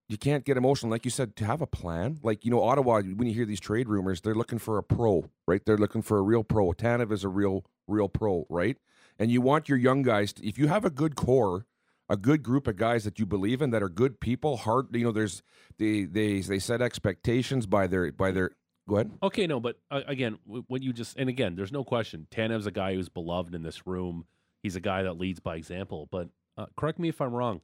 [SPEAKER 4] you can't get emotional. Like you said, to have a plan. Like, you know, Ottawa, when you hear these trade rumors, they're looking for a pro, right? They're looking for a real pro. Tanev is a real, real pro, right? And you want your young guys to, if you have a good core, a good group of guys that you believe in that are good people, hard you know, there's they they they set expectations by their by their go ahead.
[SPEAKER 2] Okay, no, but uh, again, w- what you just and again, there's no question. Tanev's a guy who's beloved in this room. He's a guy that leads by example. But uh, correct me if I'm wrong.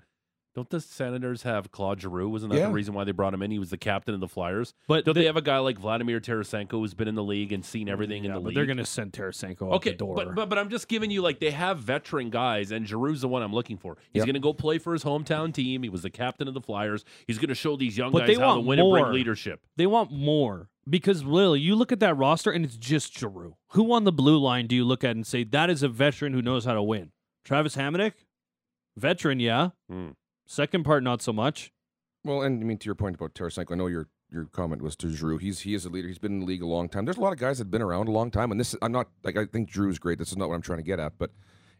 [SPEAKER 2] Don't the Senators have Claude Giroux? Wasn't that
[SPEAKER 4] Yeah.
[SPEAKER 2] the reason why they brought him in? He was the captain of the Flyers.
[SPEAKER 3] But
[SPEAKER 2] Don't
[SPEAKER 3] the-
[SPEAKER 2] they have a guy like Vladimir Tarasenko who's been in the league and seen everything in
[SPEAKER 3] Yeah,
[SPEAKER 2] the
[SPEAKER 3] but
[SPEAKER 2] league?
[SPEAKER 3] They're going to send Tarasenko out
[SPEAKER 2] okay,
[SPEAKER 3] the door.
[SPEAKER 2] but but but I'm just giving you like they have veteran guys, and Giroux's the one I'm looking for. He's
[SPEAKER 4] Yep.
[SPEAKER 2] going to go play for his hometown team. He was the captain of the Flyers. He's going to show these young
[SPEAKER 3] But
[SPEAKER 2] guys
[SPEAKER 3] they
[SPEAKER 2] how to
[SPEAKER 3] want
[SPEAKER 2] win and
[SPEAKER 3] more.
[SPEAKER 2] bring leadership.
[SPEAKER 3] they want more because Lil, you look at that roster and it's just Giroux. Who on the blue line do you look at and say that is a veteran who knows how to win? Travis Hamonic, veteran, yeah.
[SPEAKER 2] Hmm.
[SPEAKER 3] Second part, not so much.
[SPEAKER 4] Well, and I mean to your point about Tarasenko, I know your your comment was to Drew. He's he is a leader. He's been in the league a long time. There's a lot of guys that've been around a long time, and this I'm not like I think Drew's great. This is not what I'm trying to get at, but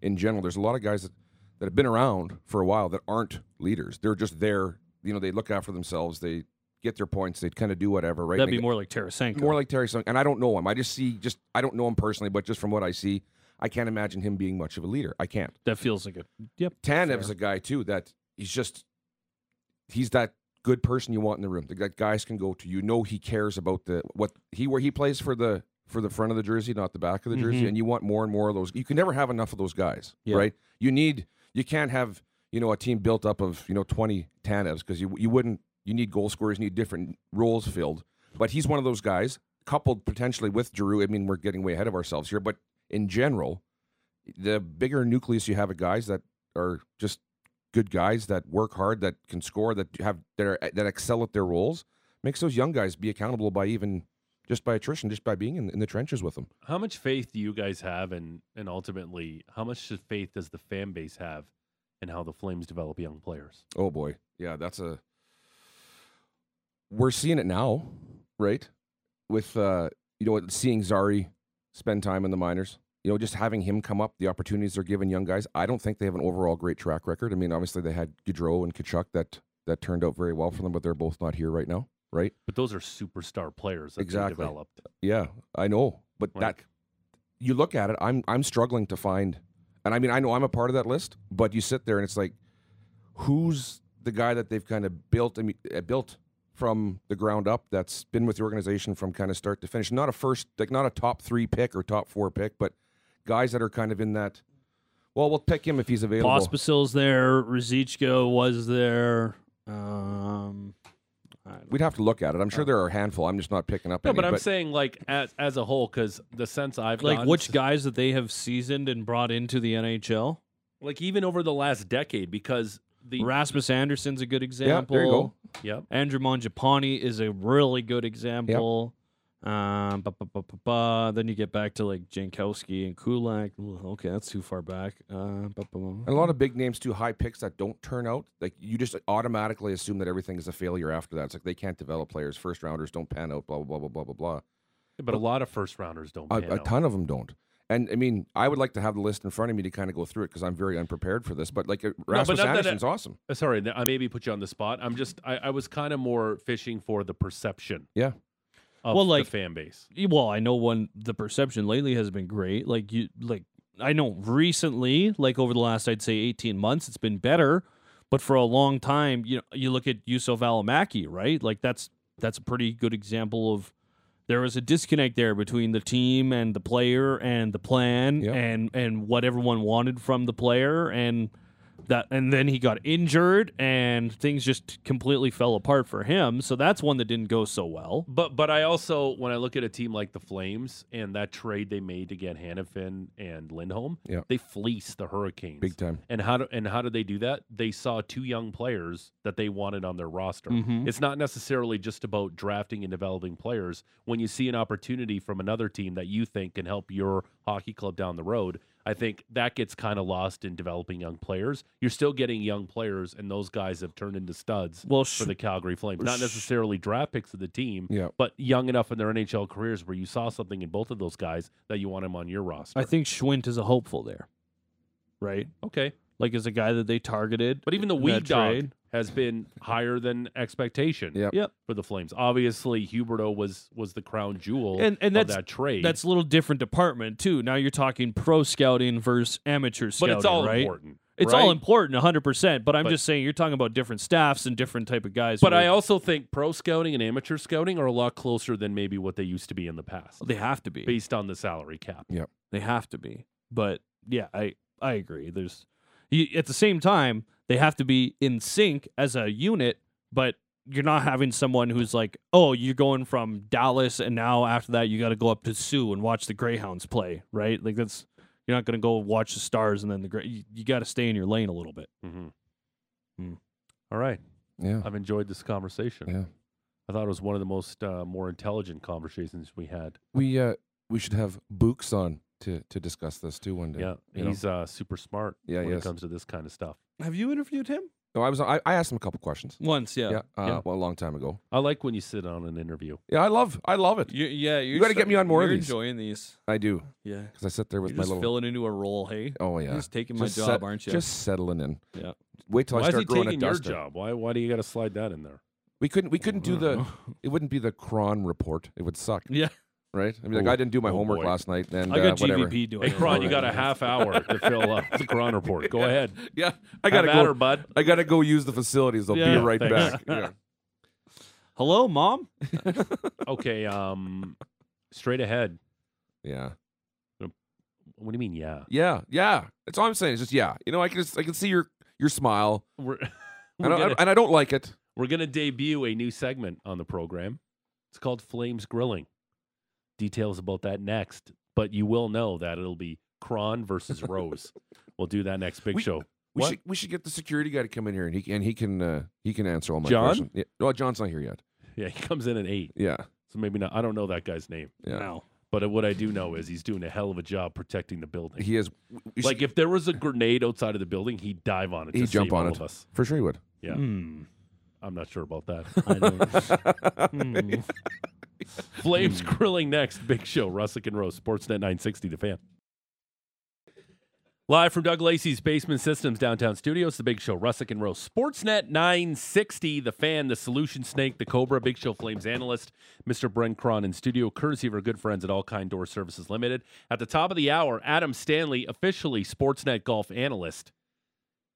[SPEAKER 4] in general, there's a lot of guys that, that have been around for a while that aren't leaders. They're just there. You know, they look after themselves. They get their points. They kind of do whatever. Right?
[SPEAKER 3] That'd
[SPEAKER 4] And
[SPEAKER 3] be
[SPEAKER 4] they-
[SPEAKER 3] more like Tarasenko.
[SPEAKER 4] more like Tarasenko. And I don't know him. I just see just I don't know him personally, but just from what I see, I can't imagine him being much of a leader. I can't.
[SPEAKER 3] that feels like a yep.
[SPEAKER 4] Tanev's
[SPEAKER 3] fair.
[SPEAKER 4] a guy too that he's just he's that good person you want in the room. That- That guys can go to. You know he cares about the what he where he plays for the for the front of the jersey, not the back of the jersey.
[SPEAKER 3] Mhm.
[SPEAKER 4] And you want more and more of those. You can never have enough of those guys,
[SPEAKER 3] Yeah.
[SPEAKER 4] right? You need you can't have you know a team built up of you know twenty Tanevs because you you wouldn't you need goal scorers, you need different roles filled. But he's one of those guys, coupled potentially with Giroux. I mean, we're getting way ahead of ourselves here, but in general, the bigger nucleus you have of guys that are just good guys that work hard, that can score, that have that are, that excel at their roles, makes those young guys be accountable by even just by attrition, just by being in, in the trenches with them.
[SPEAKER 2] How much faith do you guys have, and and ultimately, how much faith does the fan base have in how the Flames develop young players?
[SPEAKER 4] Oh boy, yeah, that's a. We're seeing it now, right? With uh, you know, seeing Zari spend time in the minors, you know, just having him come up, the opportunities they're giving young guys. I don't think they have an overall great track record. I mean, obviously they had Gaudreau and Kachuk that that turned out very well for them, but they're both not here right now, right?
[SPEAKER 2] But those are superstar players that
[SPEAKER 4] Exactly.
[SPEAKER 2] they developed.
[SPEAKER 4] Yeah, I know, but that
[SPEAKER 2] Like-
[SPEAKER 4] you look at it, I'm I'm struggling to find, and I mean I know I'm a part of that list, but you sit there and it's like, who's the guy that they've kind of built? I mean, uh, built from the ground up that's been with the organization from kind of start to finish. Not a first, like not a top three pick or top four pick, but guys that are kind of in that. Well, we'll pick him if he's available.
[SPEAKER 3] Pospisil's there. Rizicko was there. Um, I don't-
[SPEAKER 4] We'd have to look at it. I'm sure there are a handful. I'm just not picking up.
[SPEAKER 2] Oh. No,
[SPEAKER 4] any,
[SPEAKER 2] but I'm saying like as as a whole, because the sense I've
[SPEAKER 3] like
[SPEAKER 2] gotten-
[SPEAKER 3] which guys that they have seasoned and brought into the NHL.
[SPEAKER 2] like even over the last decade, because the
[SPEAKER 3] Rasmus Anderson's a good
[SPEAKER 4] yeah,
[SPEAKER 3] example.
[SPEAKER 4] there you go.
[SPEAKER 2] yep.
[SPEAKER 3] Andrew Mangiapane is a really good example. Um, ba, ba, ba, ba, ba. Then you get back to like Jankowski and Kulak. Ooh, Okay, that's too far back. Uh, ba, ba, ba.
[SPEAKER 4] And a lot of big names too, high picks that don't turn out. Like you just automatically assume that everything is a failure after that. It's like they can't develop players. First rounders don't pan out. Blah blah blah blah blah blah
[SPEAKER 2] But a lot of first rounders don't.
[SPEAKER 4] blah.
[SPEAKER 2] pan
[SPEAKER 4] A, a
[SPEAKER 2] out.
[SPEAKER 4] ton of them don't. And I mean, I would like to have the list in front of me to kind of go through it because I'm very unprepared for this. But like uh, Rasmus
[SPEAKER 2] not that it-
[SPEAKER 4] Anderson's awesome.
[SPEAKER 2] Uh, Sorry, th- I maybe put you on the spot. I'm just I, I was kind of more fishing for the perception.
[SPEAKER 4] Yeah.
[SPEAKER 2] Of
[SPEAKER 3] Well, like-
[SPEAKER 2] the fan base.
[SPEAKER 3] well, I know one. The perception lately has been great. Like you, like I know recently, like over the last I'd say eighteen months, it's been better. But for a long time, you know, you look at Yusuf Alamaki, right? Like that's that's a pretty good example of there was a disconnect there between the team and the player and the plan
[SPEAKER 4] Yeah.
[SPEAKER 3] and and what everyone wanted from the player and that and then he got injured and things just completely fell apart for him. So that's one that didn't go so well.
[SPEAKER 2] But but I also when I look at a team like the Flames and that trade they made to get Hannafin and Lindholm,
[SPEAKER 4] Yeah.
[SPEAKER 2] they fleece the Hurricanes
[SPEAKER 4] Big time.
[SPEAKER 2] And how do and how did they do that? They saw two young players that they wanted on their roster.
[SPEAKER 4] Mm-hmm.
[SPEAKER 3] Mhm.
[SPEAKER 2] It's not necessarily just about drafting and developing players. When you see an opportunity from another team that you think can help your hockey club down the road, I think that gets kind of lost in developing young players. You're still getting young players, and those guys have turned into studs
[SPEAKER 3] Well,
[SPEAKER 2] for the Calgary Flames. Not necessarily draft picks of the team,
[SPEAKER 4] Yeah.
[SPEAKER 2] but young enough in their NHL careers where you saw something in both of those guys that you want him on your roster.
[SPEAKER 3] I think Schwint is a hopeful there, right?
[SPEAKER 2] okay.
[SPEAKER 3] Like as a guy that they targeted.
[SPEAKER 2] But even the
[SPEAKER 3] in
[SPEAKER 2] weed
[SPEAKER 3] that
[SPEAKER 2] dog
[SPEAKER 3] trade.
[SPEAKER 2] has been higher than expectation
[SPEAKER 4] Yep.
[SPEAKER 3] Yep.
[SPEAKER 2] for the Flames. Obviously, Huberto was was the crown jewel
[SPEAKER 3] And- and
[SPEAKER 2] of
[SPEAKER 3] that's-
[SPEAKER 2] that trade.
[SPEAKER 3] That's a little different department too. Now you're talking pro scouting versus amateur
[SPEAKER 2] but
[SPEAKER 3] scouting,
[SPEAKER 2] it's all
[SPEAKER 3] right?
[SPEAKER 2] important.
[SPEAKER 3] It's
[SPEAKER 2] right?
[SPEAKER 3] all important, 100. percent But I'm
[SPEAKER 2] But-
[SPEAKER 3] just saying you're talking about different staffs and different type of guys.
[SPEAKER 2] But
[SPEAKER 3] who
[SPEAKER 2] I
[SPEAKER 3] are-
[SPEAKER 2] also think pro scouting and amateur scouting are a lot closer than maybe what they used to be in the past,
[SPEAKER 3] they have to be.
[SPEAKER 2] based on the salary cap.
[SPEAKER 3] They have to be. But yeah, I I agree. There's You, at the same time, they have to be in sync as a unit, but you're not having someone who's like, oh, you're going from Dallas, and now after that, you got to go up to Sioux and watch the Greyhounds play, right? Like that's you're not going to go watch the Stars and then the Grey. You, you got to stay in your lane a little bit.
[SPEAKER 2] Mm-hmm.
[SPEAKER 3] Mm.
[SPEAKER 2] All right.
[SPEAKER 4] Yeah.
[SPEAKER 2] [LAUGHS] I've enjoyed this conversation.
[SPEAKER 4] Yeah.
[SPEAKER 2] I thought it was one of the most uh, more intelligent conversations we had.
[SPEAKER 4] We uh we should have Books on to to discuss this too one day.
[SPEAKER 2] Yeah,
[SPEAKER 4] you know?
[SPEAKER 2] he's uh, super smart
[SPEAKER 4] Yeah,
[SPEAKER 2] when it
[SPEAKER 4] yes.
[SPEAKER 2] comes to this kind of stuff.
[SPEAKER 3] Have you interviewed him
[SPEAKER 4] No, I was I, I asked him a couple questions.
[SPEAKER 3] once? Yeah,
[SPEAKER 4] uh,
[SPEAKER 2] yeah.
[SPEAKER 4] Well, a long time ago.
[SPEAKER 2] I like when you sit on an interview.
[SPEAKER 4] Yeah, I love I love it.
[SPEAKER 3] You, yeah, you're
[SPEAKER 4] gotta get
[SPEAKER 3] so-
[SPEAKER 4] me on more of
[SPEAKER 3] you're
[SPEAKER 4] these.
[SPEAKER 3] Enjoying these,
[SPEAKER 4] I do
[SPEAKER 3] yeah.
[SPEAKER 4] because I sit there with
[SPEAKER 3] You're
[SPEAKER 4] my
[SPEAKER 3] just
[SPEAKER 4] little.
[SPEAKER 3] filling into a role, hey?
[SPEAKER 4] oh yeah.
[SPEAKER 3] You're just taking my
[SPEAKER 4] Just
[SPEAKER 3] job,
[SPEAKER 4] set-
[SPEAKER 3] aren't you?
[SPEAKER 4] Just settling in.
[SPEAKER 3] Yeah.
[SPEAKER 4] Wait till
[SPEAKER 2] why
[SPEAKER 4] Oh, I
[SPEAKER 2] is
[SPEAKER 4] start
[SPEAKER 2] he
[SPEAKER 4] growing a
[SPEAKER 2] taking your
[SPEAKER 4] duster.
[SPEAKER 2] job? Why why do you got to slide that in there?
[SPEAKER 4] We couldn't we couldn't do the
[SPEAKER 3] Uh-huh.
[SPEAKER 4] it wouldn't be the Cron report. It would suck,
[SPEAKER 3] yeah.
[SPEAKER 4] right? I mean, like
[SPEAKER 2] Oh,
[SPEAKER 4] I didn't do my
[SPEAKER 2] oh,
[SPEAKER 4] homework
[SPEAKER 2] boy.
[SPEAKER 4] last night and
[SPEAKER 3] I got
[SPEAKER 4] uh, whatever.
[SPEAKER 3] GVP doing.
[SPEAKER 2] Hey,
[SPEAKER 3] it.
[SPEAKER 2] Cron, you got a half hour to fill up the Cron report. Go ahead.
[SPEAKER 4] [LAUGHS] Yeah, I
[SPEAKER 2] Have
[SPEAKER 4] gotta
[SPEAKER 2] at
[SPEAKER 4] go.
[SPEAKER 2] her, bud.
[SPEAKER 4] I gotta go use the facilities. They'll
[SPEAKER 3] Yeah,
[SPEAKER 4] be right
[SPEAKER 2] thanks. [LAUGHS]
[SPEAKER 4] back. Yeah.
[SPEAKER 3] Hello,
[SPEAKER 4] [LAUGHS]
[SPEAKER 3] mom.
[SPEAKER 2] Okay, um, straight ahead.
[SPEAKER 4] yeah,
[SPEAKER 2] What do you mean? Yeah,
[SPEAKER 4] yeah, yeah. That's all I'm saying. It's just yeah. You know, I can just, I can see your your smile,
[SPEAKER 2] we're [LAUGHS] we're
[SPEAKER 4] and I,
[SPEAKER 2] gonna,
[SPEAKER 4] and I don't like it.
[SPEAKER 2] we're gonna debut a new segment on the program. It's called Flames Grilling. Details about that next, but you will know that it'll be Cron
[SPEAKER 4] [LAUGHS]
[SPEAKER 2] versus Rose. we'll do that next big
[SPEAKER 4] We-
[SPEAKER 2] show.
[SPEAKER 4] We
[SPEAKER 2] What?
[SPEAKER 4] should we should get the security guy to come in here and he can- and he can uh, he can answer all my
[SPEAKER 2] John?
[SPEAKER 4] questions. Yeah. Well, John's not here yet.
[SPEAKER 2] Yeah, he comes in at eight,
[SPEAKER 4] Yeah,
[SPEAKER 2] so maybe not. I don't know that guy's name,
[SPEAKER 4] yeah.
[SPEAKER 3] No.
[SPEAKER 2] but what I do know is he's doing a hell of a job protecting the building.
[SPEAKER 4] He is. we should-
[SPEAKER 2] like if there was a grenade outside of the building, he'd dive on it.
[SPEAKER 4] He'd
[SPEAKER 2] to
[SPEAKER 4] jump
[SPEAKER 2] save
[SPEAKER 4] on
[SPEAKER 2] all
[SPEAKER 4] it.
[SPEAKER 2] Of us.
[SPEAKER 4] for sure he would.
[SPEAKER 2] Yeah.
[SPEAKER 3] Hmm.
[SPEAKER 2] I'm not sure about that.
[SPEAKER 4] [LAUGHS]
[SPEAKER 3] I don't. Hmm.
[SPEAKER 2] Flames grilling next. Big show. Russick and Rose. Sportsnet 960. The fan. Live from Doug Lacey's Basement Systems downtown studios, the Big Show, Russick and Rose, Sportsnet 960, the fan, the solution snake, the Cobra, Big Show Flames analyst, Mr. Brent Cron in studio, courtesy of our good friends at All Kind Door Services Limited. At the top of the hour, Adam Stanley, officially Sportsnet golf analyst,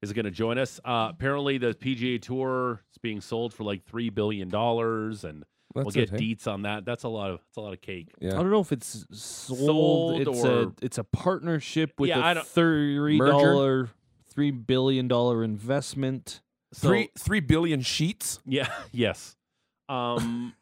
[SPEAKER 2] is going to join us. Uh, apparently, the PGA Tour is being sold for like three billion dollars, and
[SPEAKER 4] That's
[SPEAKER 2] we'll get
[SPEAKER 4] it, hey?
[SPEAKER 2] deets on that. That's a lot of that's a lot of cake.
[SPEAKER 4] Yeah.
[SPEAKER 3] I don't know if it's sold.
[SPEAKER 2] Sold
[SPEAKER 3] it's
[SPEAKER 2] or-
[SPEAKER 3] a it's a partnership with
[SPEAKER 2] Yeah, I
[SPEAKER 3] a
[SPEAKER 2] don't-
[SPEAKER 3] three
[SPEAKER 4] Merger?
[SPEAKER 3] dollar, three billion dollar investment.
[SPEAKER 2] So
[SPEAKER 4] three three billion sheets.
[SPEAKER 2] [LAUGHS] yeah, [LAUGHS] yes.
[SPEAKER 3] [LAUGHS]
[SPEAKER 2] Um,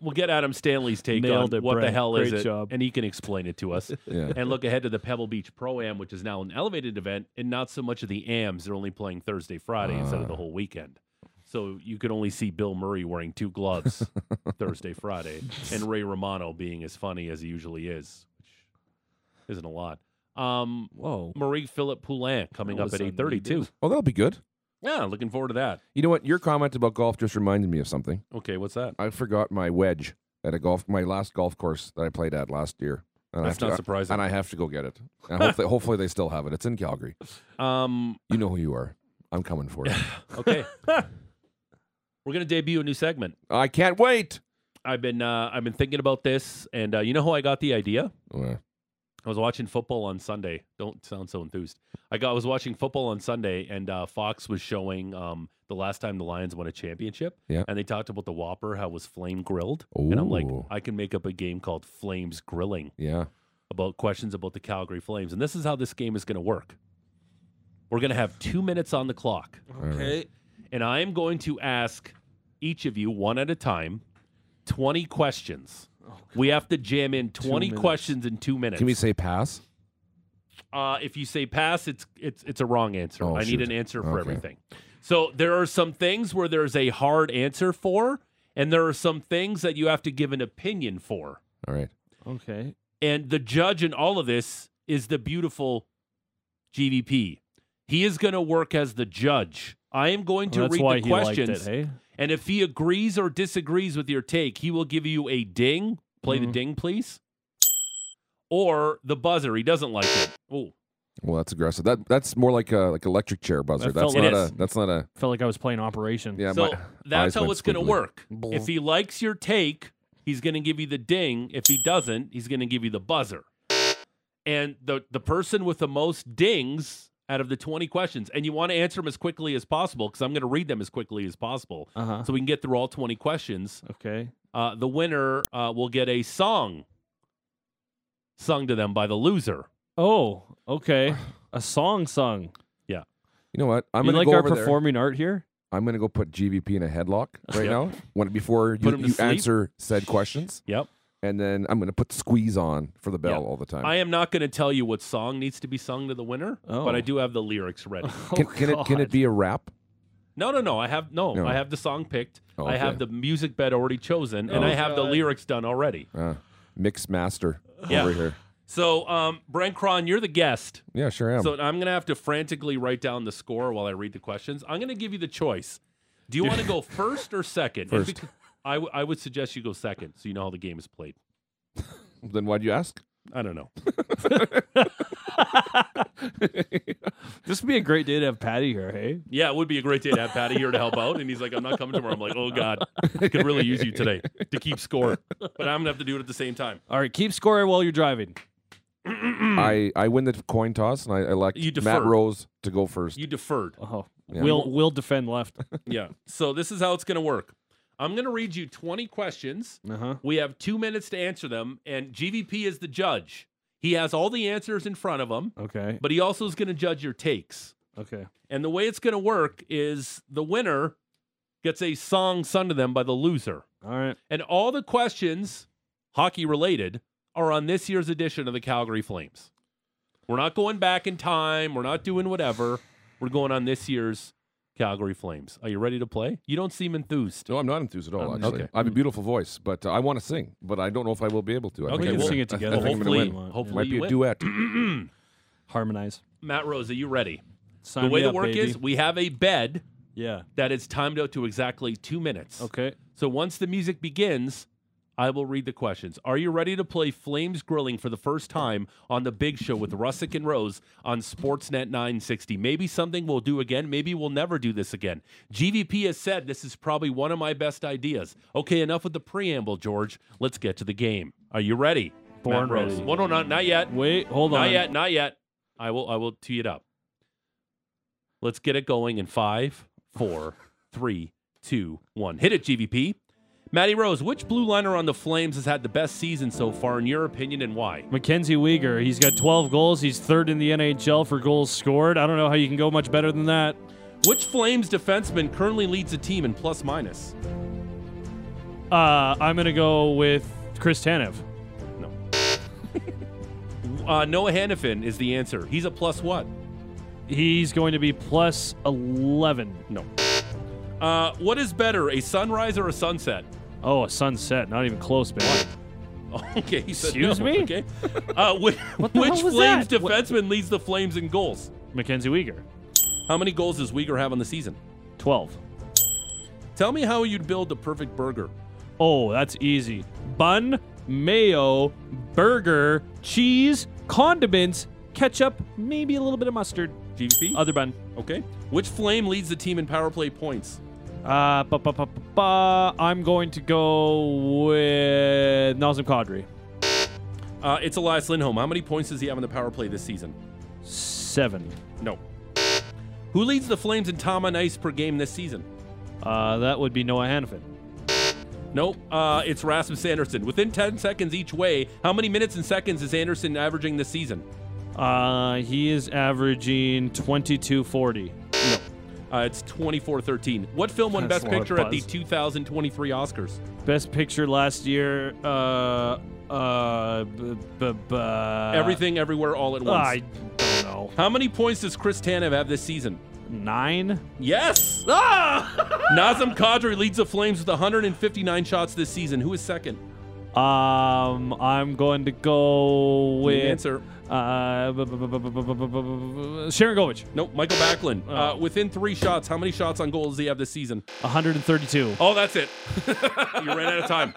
[SPEAKER 2] we'll get Adam Stanley's take
[SPEAKER 3] Nailed
[SPEAKER 2] on
[SPEAKER 3] it,
[SPEAKER 2] what the
[SPEAKER 3] Brent.
[SPEAKER 2] hell is
[SPEAKER 3] Great
[SPEAKER 2] it,
[SPEAKER 3] job.
[SPEAKER 2] and he can explain it to
[SPEAKER 3] [LAUGHS]
[SPEAKER 2] us. [LAUGHS]
[SPEAKER 4] Yeah.
[SPEAKER 2] and look ahead to the Pebble Beach Pro Am, which is now an elevated event, and not so much of the AMs. They're only playing Thursday, Friday instead of
[SPEAKER 3] Ah.
[SPEAKER 2] the whole weekend. So you could only see Bill Murray wearing two gloves
[SPEAKER 3] [LAUGHS]
[SPEAKER 2] Thursday, Friday, and Ray Romano being as funny as he usually is, which isn't a lot. Um,
[SPEAKER 3] Whoa.
[SPEAKER 2] Marie Philip Poulin coming
[SPEAKER 3] All
[SPEAKER 2] up
[SPEAKER 3] of a
[SPEAKER 2] at
[SPEAKER 3] sudden
[SPEAKER 2] eight thirty
[SPEAKER 3] you
[SPEAKER 2] too.
[SPEAKER 3] did.
[SPEAKER 4] Oh, that'll be good.
[SPEAKER 2] Yeah, looking forward to that.
[SPEAKER 4] You know what? Your comment about golf just reminded me of something.
[SPEAKER 2] Okay, what's that?
[SPEAKER 4] I forgot my wedge at a golf my last golf course that I played at last year. And I
[SPEAKER 2] That's
[SPEAKER 4] have to-
[SPEAKER 2] not surprising.
[SPEAKER 4] And I have to go
[SPEAKER 2] [LAUGHS]
[SPEAKER 4] get it. And hopefully, hopefully they still have it. It's in Calgary.
[SPEAKER 2] Um,
[SPEAKER 4] You know who you are. I'm coming
[SPEAKER 2] [LAUGHS]
[SPEAKER 4] for it. [LAUGHS]
[SPEAKER 2] Okay. We're gonna debut a new segment.
[SPEAKER 4] I can't wait.
[SPEAKER 2] I've been uh, I've been thinking about this, and uh, you know how I got the idea?
[SPEAKER 4] Uh,
[SPEAKER 2] I was watching football on Sunday. Don't sound so enthused. I got I was watching football on Sunday, and uh, Fox was showing um, the last time the Lions won a championship.
[SPEAKER 4] Yeah.
[SPEAKER 2] and they talked about the Whopper, how it was flame grilled, and I'm like,
[SPEAKER 4] Ooh.
[SPEAKER 2] I can make up a game called Flames Grilling
[SPEAKER 4] yeah.
[SPEAKER 2] about questions about the Calgary Flames, and this is how this game is gonna work. We're gonna have two minutes on the clock.
[SPEAKER 3] Okay.
[SPEAKER 2] and I am going to ask each of you one at a time 20 questions. we have to jam in 20
[SPEAKER 3] minutes.
[SPEAKER 2] questions in 2 minutes.
[SPEAKER 4] Can we say pass?
[SPEAKER 2] uh, if you say pass it's it's it's a wrong answer.
[SPEAKER 4] Oh,
[SPEAKER 2] I need
[SPEAKER 4] shoot.
[SPEAKER 2] an answer for
[SPEAKER 4] Okay.
[SPEAKER 2] everything. So there are some things where there's a hard answer for and there are some things that you have to give an opinion for.
[SPEAKER 4] All right.
[SPEAKER 3] Okay.
[SPEAKER 2] And the judge in all of this is the beautiful GVP. He is going to work as the judge. I am going to
[SPEAKER 3] Well, that's
[SPEAKER 2] read
[SPEAKER 3] why
[SPEAKER 2] the
[SPEAKER 3] he
[SPEAKER 2] questions.
[SPEAKER 3] liked it. Hey.
[SPEAKER 2] And if he agrees or disagrees with your take, he will give you a ding. Play the
[SPEAKER 3] Mhm.
[SPEAKER 2] ding, please. Or the buzzer. He doesn't like it. Oh,
[SPEAKER 4] Well, that's aggressive. That that's more like a like electric chair buzzer.
[SPEAKER 3] That
[SPEAKER 4] That's
[SPEAKER 3] felt
[SPEAKER 2] like-
[SPEAKER 4] not a.
[SPEAKER 2] It is.
[SPEAKER 4] That's not a.
[SPEAKER 3] Felt like I was playing Operation.
[SPEAKER 4] Yeah.
[SPEAKER 2] so
[SPEAKER 4] my
[SPEAKER 2] that's
[SPEAKER 4] eyes
[SPEAKER 2] how
[SPEAKER 4] went
[SPEAKER 2] it's going to
[SPEAKER 4] squiggly.
[SPEAKER 2] work.
[SPEAKER 4] Blah.
[SPEAKER 2] If he likes your take, he's going to give you the ding. If he doesn't, he's going to give you the buzzer. And the the person with the most dings out of the 20 questions, and you want to answer them as quickly as possible because I'm going to read them as quickly as possible
[SPEAKER 4] Uh-huh.
[SPEAKER 3] Uh huh.
[SPEAKER 2] so we can get through all 20 questions.
[SPEAKER 3] Okay.
[SPEAKER 2] uh, the winner uh, will get a song sung to them by the loser.
[SPEAKER 4] [SIGHS]
[SPEAKER 3] Oh. Okay. A song sung.
[SPEAKER 4] know what? I'm
[SPEAKER 3] you
[SPEAKER 4] gonna
[SPEAKER 3] like
[SPEAKER 4] go
[SPEAKER 3] our
[SPEAKER 4] over there.
[SPEAKER 3] performing art here?
[SPEAKER 4] I'm gonna go put GVP in a headlock right
[SPEAKER 2] Yep.
[SPEAKER 4] now. When before you,
[SPEAKER 2] Put him to
[SPEAKER 4] you
[SPEAKER 2] sleep.
[SPEAKER 4] answer said questions,
[SPEAKER 2] Yep.
[SPEAKER 4] and then I'm gonna put squeeze on for the
[SPEAKER 2] Yep.
[SPEAKER 4] bell all the time.
[SPEAKER 2] I am not going to tell you what song needs to be sung to the winner, but I
[SPEAKER 3] Oh.
[SPEAKER 2] do have the lyrics ready.
[SPEAKER 4] [LAUGHS] can, can it can it be a rap?
[SPEAKER 2] no, no, no. I have no.
[SPEAKER 4] No.
[SPEAKER 2] I have the song picked.
[SPEAKER 4] Oh,
[SPEAKER 2] I have
[SPEAKER 4] okay. Oh.
[SPEAKER 2] the music bed already chosen, and I have the lyrics done already.
[SPEAKER 4] Uh, mix master
[SPEAKER 2] Yeah.
[SPEAKER 4] over here.
[SPEAKER 2] So, um, Brent Cron, you're the guest.
[SPEAKER 4] Yeah, sure am.
[SPEAKER 2] So I'm going to have to frantically write down the score while I read the questions. I'm going to give you the choice. Do you want to
[SPEAKER 4] [LAUGHS]
[SPEAKER 2] go first or second? If
[SPEAKER 4] First.
[SPEAKER 2] it- I, w- I would suggest you go second so you know how the game is played.
[SPEAKER 4] then why'd you ask?
[SPEAKER 2] I don't know.
[SPEAKER 3] This would be a great day to have Patty here, hey?
[SPEAKER 2] Yeah, it would be a great day to have Patty here to help out. And he's like, I'm not coming tomorrow. I'm like, oh, God, I could really use you today to keep score. But I'm going to have to do it at the same time.
[SPEAKER 3] All right, keep score while you're driving.
[SPEAKER 4] I, I win the coin toss and I elect
[SPEAKER 2] Hmm. You
[SPEAKER 4] Matt
[SPEAKER 2] defer.
[SPEAKER 4] Rose to go first.
[SPEAKER 2] You deferred.
[SPEAKER 3] Oh,
[SPEAKER 4] Yeah.
[SPEAKER 3] we'll we'll defend
[SPEAKER 4] [LAUGHS]
[SPEAKER 3] left.
[SPEAKER 2] Yeah. So this is how it's going to work. I'm going to read you 20 questions.
[SPEAKER 3] Uh
[SPEAKER 4] Uh-huh.
[SPEAKER 3] huh.
[SPEAKER 2] We have two minutes to answer them. And GVP is the judge. He has all the answers in front of him,
[SPEAKER 3] Okay.
[SPEAKER 2] but he also is going to judge your takes.
[SPEAKER 3] Okay.
[SPEAKER 2] And the way it's going to work is the winner gets a song sung to them by the loser.
[SPEAKER 3] All right.
[SPEAKER 2] And all the questions, hockey related, are on this year's edition of the Calgary Flames. We're not going back in time. We're not doing whatever. We're going on this year's Calgary Flames. Are you ready to play? You don't seem enthused.
[SPEAKER 4] no, I'm not enthused at all.
[SPEAKER 3] I'm-
[SPEAKER 4] actually,
[SPEAKER 2] Um, okay.
[SPEAKER 4] I have a beautiful voice, but uh, I want to sing, but I don't know if I will be able to.
[SPEAKER 2] Okay,
[SPEAKER 4] I think
[SPEAKER 3] We
[SPEAKER 4] I
[SPEAKER 3] can
[SPEAKER 4] will.
[SPEAKER 3] sing it
[SPEAKER 4] I- I
[SPEAKER 3] together.
[SPEAKER 4] think I'm gonna
[SPEAKER 2] Hopefully-
[SPEAKER 4] win.
[SPEAKER 3] Yeah.
[SPEAKER 2] hopefully-
[SPEAKER 4] might be
[SPEAKER 2] you
[SPEAKER 4] a
[SPEAKER 2] win. [CLEARS THROAT]
[SPEAKER 4] duet.
[SPEAKER 3] harmonize.
[SPEAKER 2] Matt Rose, are you ready?
[SPEAKER 3] Sign
[SPEAKER 2] the way
[SPEAKER 3] me
[SPEAKER 2] the
[SPEAKER 3] up,
[SPEAKER 2] work
[SPEAKER 3] baby.
[SPEAKER 2] is we have a bed
[SPEAKER 3] yeah.
[SPEAKER 2] that is timed out to exactly two minutes.
[SPEAKER 3] Okay.
[SPEAKER 2] So once the music begins, I will read the questions. Are you ready to play Flames Grilling for the first time on the Big Show with Russick and Rose on Sportsnet 960? Maybe something we'll do again. Maybe we'll never do this again. GVP has said this is probably one of my best ideas. Okay, enough with the preamble, George. Let's get to the game. Are you ready?
[SPEAKER 3] Born
[SPEAKER 2] Matt Rose.
[SPEAKER 3] ready.
[SPEAKER 2] Well, no, not, not yet.
[SPEAKER 3] Wait. Hold
[SPEAKER 2] Not
[SPEAKER 3] on.
[SPEAKER 2] yet. Not yet. I will. I will tee it up. Let's get it going in five,
[SPEAKER 3] [LAUGHS]
[SPEAKER 2] four, three, two, one. Hit it, GVP. Matty Rose, which blue liner on the Flames has had the best season so far, in your opinion, and why?
[SPEAKER 3] Mackenzie Weegar. He's got 12 goals. He's third in the NHL for goals scored. I don't know how you can go much better than that.
[SPEAKER 2] Which Flames defenseman currently leads the team in plus minus?
[SPEAKER 3] Uh, I'm gonna go with Chris Tanev.
[SPEAKER 2] No. uh, Noah Hannafin is the answer. He's a plus what?
[SPEAKER 3] He's going to be plus 11.
[SPEAKER 2] No. Uh, what is better, a sunrise or a sunset? [LAUGHS]
[SPEAKER 3] Oh, a sunset. Not even close, man.
[SPEAKER 2] Okay. he said
[SPEAKER 3] Excuse
[SPEAKER 2] no.
[SPEAKER 3] me?
[SPEAKER 2] Okay. Uh,
[SPEAKER 3] [LAUGHS]
[SPEAKER 2] which
[SPEAKER 3] the
[SPEAKER 2] which
[SPEAKER 3] hell was
[SPEAKER 2] Flames
[SPEAKER 3] that? What-
[SPEAKER 2] defenseman leads the Flames in goals?
[SPEAKER 3] Mackenzie Weegar.
[SPEAKER 2] How many goals does Uyghur have on the season?
[SPEAKER 3] 12.
[SPEAKER 2] Tell me how you'd build the perfect burger.
[SPEAKER 3] Oh, that's easy. Bun, mayo, burger, cheese, condiments, ketchup, maybe a little bit of mustard.
[SPEAKER 2] GVP?
[SPEAKER 5] Uh,
[SPEAKER 3] Other bun.
[SPEAKER 2] okay. Which Flame leads the team in power play points?
[SPEAKER 3] Uh, ba, ba, ba, ba, ba. I'm going to go with Nazem Kadri.
[SPEAKER 2] Uh, it's Elias Lindholm. How many points does he have on the power play this season?
[SPEAKER 3] Seven.
[SPEAKER 2] No. Who leads the Flames in time on ice per game this season?
[SPEAKER 3] Uh, that would be Noah Hannafin.
[SPEAKER 2] Nope. Uh, it's Rasmus Anderson. Within 10 seconds each way, how many minutes and seconds is Anderson averaging this season?
[SPEAKER 3] Uh, he is averaging 2240.
[SPEAKER 2] Uh, it's 24-13. What film won Best
[SPEAKER 5] That's a lot of
[SPEAKER 2] Picture at the
[SPEAKER 5] buzz.
[SPEAKER 2] 2023 Oscars?
[SPEAKER 3] Best picture last year. Uh, uh, b- b- b-
[SPEAKER 5] Uh,
[SPEAKER 2] Everything, Everywhere, All at Once.
[SPEAKER 3] I don't know.
[SPEAKER 2] How many points does Chris Tanev have this season?
[SPEAKER 3] Nine?
[SPEAKER 2] Yes!
[SPEAKER 4] Ah! [LAUGHS]
[SPEAKER 2] Nazem Kadri leads the Flames with 159 shots this season. Who is second?
[SPEAKER 3] Um, I'm going to go
[SPEAKER 2] Good
[SPEAKER 3] with
[SPEAKER 2] answer.
[SPEAKER 3] uh, b- b- b- b- b- b- b- b- b- Sharon Govich,
[SPEAKER 2] Nope, Michael Backlund.
[SPEAKER 4] Oh.
[SPEAKER 2] Uh, within three shots, how many shots on goal does he have this season?
[SPEAKER 3] 132.
[SPEAKER 2] Oh, that's it. [LAUGHS] you ran out of
[SPEAKER 4] [LAUGHS]
[SPEAKER 2] time.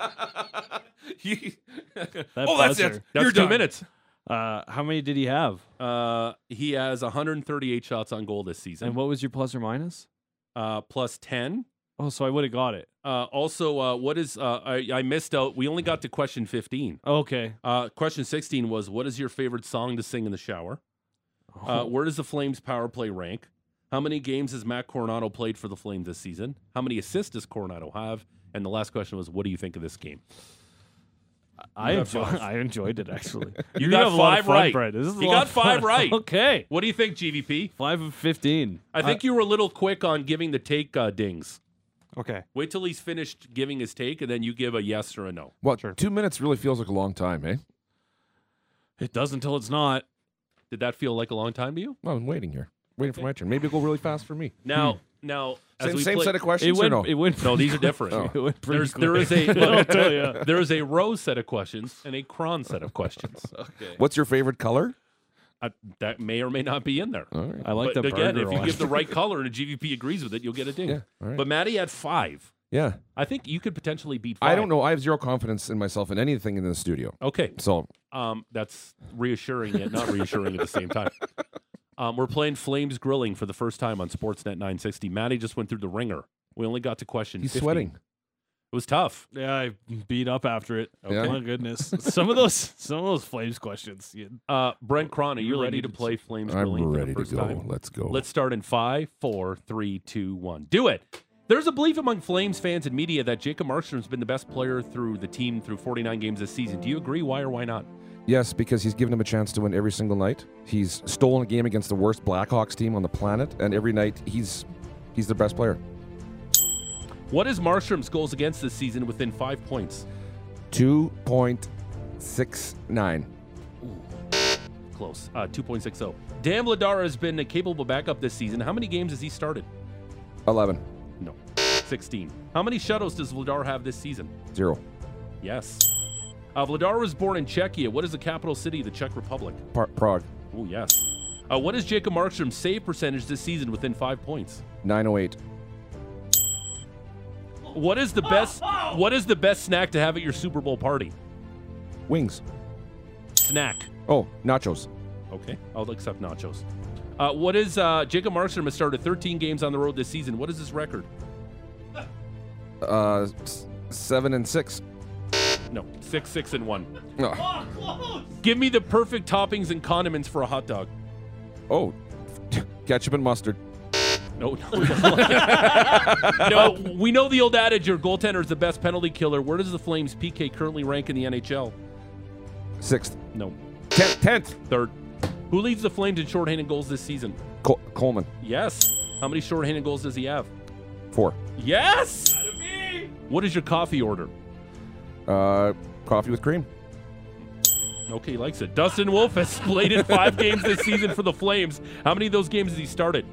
[SPEAKER 3] That
[SPEAKER 4] Oh, that's
[SPEAKER 3] buzzer.
[SPEAKER 4] it.
[SPEAKER 2] That's
[SPEAKER 4] You're
[SPEAKER 2] two
[SPEAKER 4] done.
[SPEAKER 2] minutes.
[SPEAKER 3] Uh, how many did he have?
[SPEAKER 2] Uh, he has 138 shots on goal this
[SPEAKER 3] And
[SPEAKER 2] season,
[SPEAKER 3] what was your plus or minus?
[SPEAKER 2] uh, plus 10.
[SPEAKER 3] Oh, so I would have got it.
[SPEAKER 2] Uh, also, uh, what is uh, I, I missed out? We only got to question 15.
[SPEAKER 3] Okay.
[SPEAKER 2] Uh, question 16 was What is your favorite song to sing in the shower? Uh, where does the Flames power play rank? How many games has Matt Coronado played for the Flames this season? How many assists does Coronado have? And the last question was, what do you think of this game?
[SPEAKER 3] I
[SPEAKER 2] got
[SPEAKER 3] enjoy,
[SPEAKER 2] five.
[SPEAKER 3] [LAUGHS] I enjoyed it [LAUGHS] actually.
[SPEAKER 2] You,
[SPEAKER 3] have
[SPEAKER 2] got
[SPEAKER 3] a lot
[SPEAKER 2] five
[SPEAKER 3] of fun,
[SPEAKER 2] right.
[SPEAKER 3] Brett. This is a
[SPEAKER 2] you
[SPEAKER 3] lot
[SPEAKER 2] got
[SPEAKER 3] of
[SPEAKER 2] five
[SPEAKER 3] fun.
[SPEAKER 2] right.
[SPEAKER 3] [LAUGHS] Okay,
[SPEAKER 2] What do you think, GVP?
[SPEAKER 3] five of fifteen.
[SPEAKER 2] I think you were a little quick on giving the take uh, dings.
[SPEAKER 5] Okay.
[SPEAKER 2] Wait till he's finished giving his take, and then you give a yes or a no.
[SPEAKER 4] Well,
[SPEAKER 5] Sure.
[SPEAKER 4] two minutes really feels like a long time, eh?
[SPEAKER 3] it does until it's not.
[SPEAKER 2] Did that feel like a long time to you?
[SPEAKER 4] Well, I'm waiting here, waiting for my turn. Maybe it'll go really fast for me.
[SPEAKER 2] Now, now, as
[SPEAKER 4] Same,
[SPEAKER 2] we
[SPEAKER 4] same
[SPEAKER 2] play-
[SPEAKER 4] set of
[SPEAKER 3] It
[SPEAKER 4] questions
[SPEAKER 3] went.
[SPEAKER 4] or no?
[SPEAKER 3] It went.
[SPEAKER 2] Hmm. No, these are different. [LAUGHS]
[SPEAKER 4] Oh.
[SPEAKER 3] It went pretty
[SPEAKER 2] There's
[SPEAKER 3] quick.
[SPEAKER 2] there is a [LAUGHS]
[SPEAKER 3] I'll tell ya.
[SPEAKER 2] there is a rose set of questions and a cron set of [LAUGHS] questions.
[SPEAKER 4] What's your favorite color?
[SPEAKER 2] I, that may or may not be in there.
[SPEAKER 4] All right.
[SPEAKER 3] I like
[SPEAKER 2] but
[SPEAKER 3] the
[SPEAKER 2] again,
[SPEAKER 3] burger
[SPEAKER 2] if you
[SPEAKER 3] one.
[SPEAKER 2] give
[SPEAKER 3] [LAUGHS]
[SPEAKER 2] the [LAUGHS] right color and a GVP agrees with it, you'll get a ding.
[SPEAKER 4] Yeah, all right.
[SPEAKER 2] But Maddie had five.
[SPEAKER 4] Yeah.
[SPEAKER 2] I think you could potentially beat. Five.
[SPEAKER 4] I don't know. I have zero confidence in myself in anything in the studio.
[SPEAKER 2] Okay,
[SPEAKER 4] So
[SPEAKER 2] um, that's reassuring yet not reassuring at the same
[SPEAKER 4] [LAUGHS]
[SPEAKER 2] time. Um, we're playing Flames Grilling for the first time on Sportsnet 960. Maddie just went through the ringer. We only got to question.
[SPEAKER 4] he's
[SPEAKER 2] 50.
[SPEAKER 4] sweating.
[SPEAKER 2] It was tough.
[SPEAKER 3] Yeah, I beat up after it.
[SPEAKER 4] Yeah.
[SPEAKER 3] My goodness, [LAUGHS] some of those, some of those flames questions. you-
[SPEAKER 2] Uh, Brent Cron, are you
[SPEAKER 3] Really
[SPEAKER 2] ready to
[SPEAKER 3] needed
[SPEAKER 2] play Flames Grilling
[SPEAKER 4] I'm
[SPEAKER 2] for the
[SPEAKER 4] ready to
[SPEAKER 2] first
[SPEAKER 4] go.
[SPEAKER 2] time?
[SPEAKER 4] Let's go.
[SPEAKER 2] Let's start in five, four, three, two, one. Do it. There's a belief among Flames fans and media that Jacob Markstrom's been the best player through the team through 49 games this season. Do you agree? Why or why not?
[SPEAKER 4] Yes, because he's given him a chance to win every single night. He's stolen a game against the worst Blackhawks team on the planet, and every night he's he's the best player.
[SPEAKER 2] What is Markstrom's goals against this season within five points?
[SPEAKER 4] Two point six nine.
[SPEAKER 2] Close. Uh, 2.60. Dan Vladar has been a capable backup this season. How many games has he started?
[SPEAKER 4] Eleven.
[SPEAKER 2] No. 16. How many shutouts does Vladar have this season?
[SPEAKER 4] Zero.
[SPEAKER 2] Yes. Uh, Vladar was born in Czechia. What is the capital city of the Czech Republic?
[SPEAKER 4] Par- Prague.
[SPEAKER 2] Oh, yes. Uh, what is Jacob Markstrom's save percentage this season within five points?
[SPEAKER 4] Nine oh eight.
[SPEAKER 2] What is the best? What is the best snack to have at your Super Bowl party?
[SPEAKER 4] Wings.
[SPEAKER 2] Snack.
[SPEAKER 4] Oh, nachos.
[SPEAKER 2] Okay, I'll accept nachos. Uh, what is uh, Jacob Markstrom has started 13 games on the road this season? What is his record?
[SPEAKER 4] Uh, s- seven and six.
[SPEAKER 2] No, six, six, and one.
[SPEAKER 4] Ugh.
[SPEAKER 2] Give me the perfect toppings and condiments for a hot dog.
[SPEAKER 4] Oh, [LAUGHS] ketchup and mustard.
[SPEAKER 2] No, [LAUGHS] no, no. We know the old adage: your goaltender is the best penalty killer. Where does the Flames PK currently rank in the NHL?
[SPEAKER 4] Sixth.
[SPEAKER 2] No,
[SPEAKER 4] Tenth. Tenth.
[SPEAKER 2] third. Who leads the Flames in shorthanded goals this season?
[SPEAKER 4] Col- Coleman.
[SPEAKER 2] Yes. How many shorthanded goals does he have?
[SPEAKER 4] Four.
[SPEAKER 2] Yes. What is your coffee order?
[SPEAKER 4] Uh, coffee with cream.
[SPEAKER 2] Okay, he likes it. Dustin Wolf has played in five games this season for the Flames. How many of those games has he started?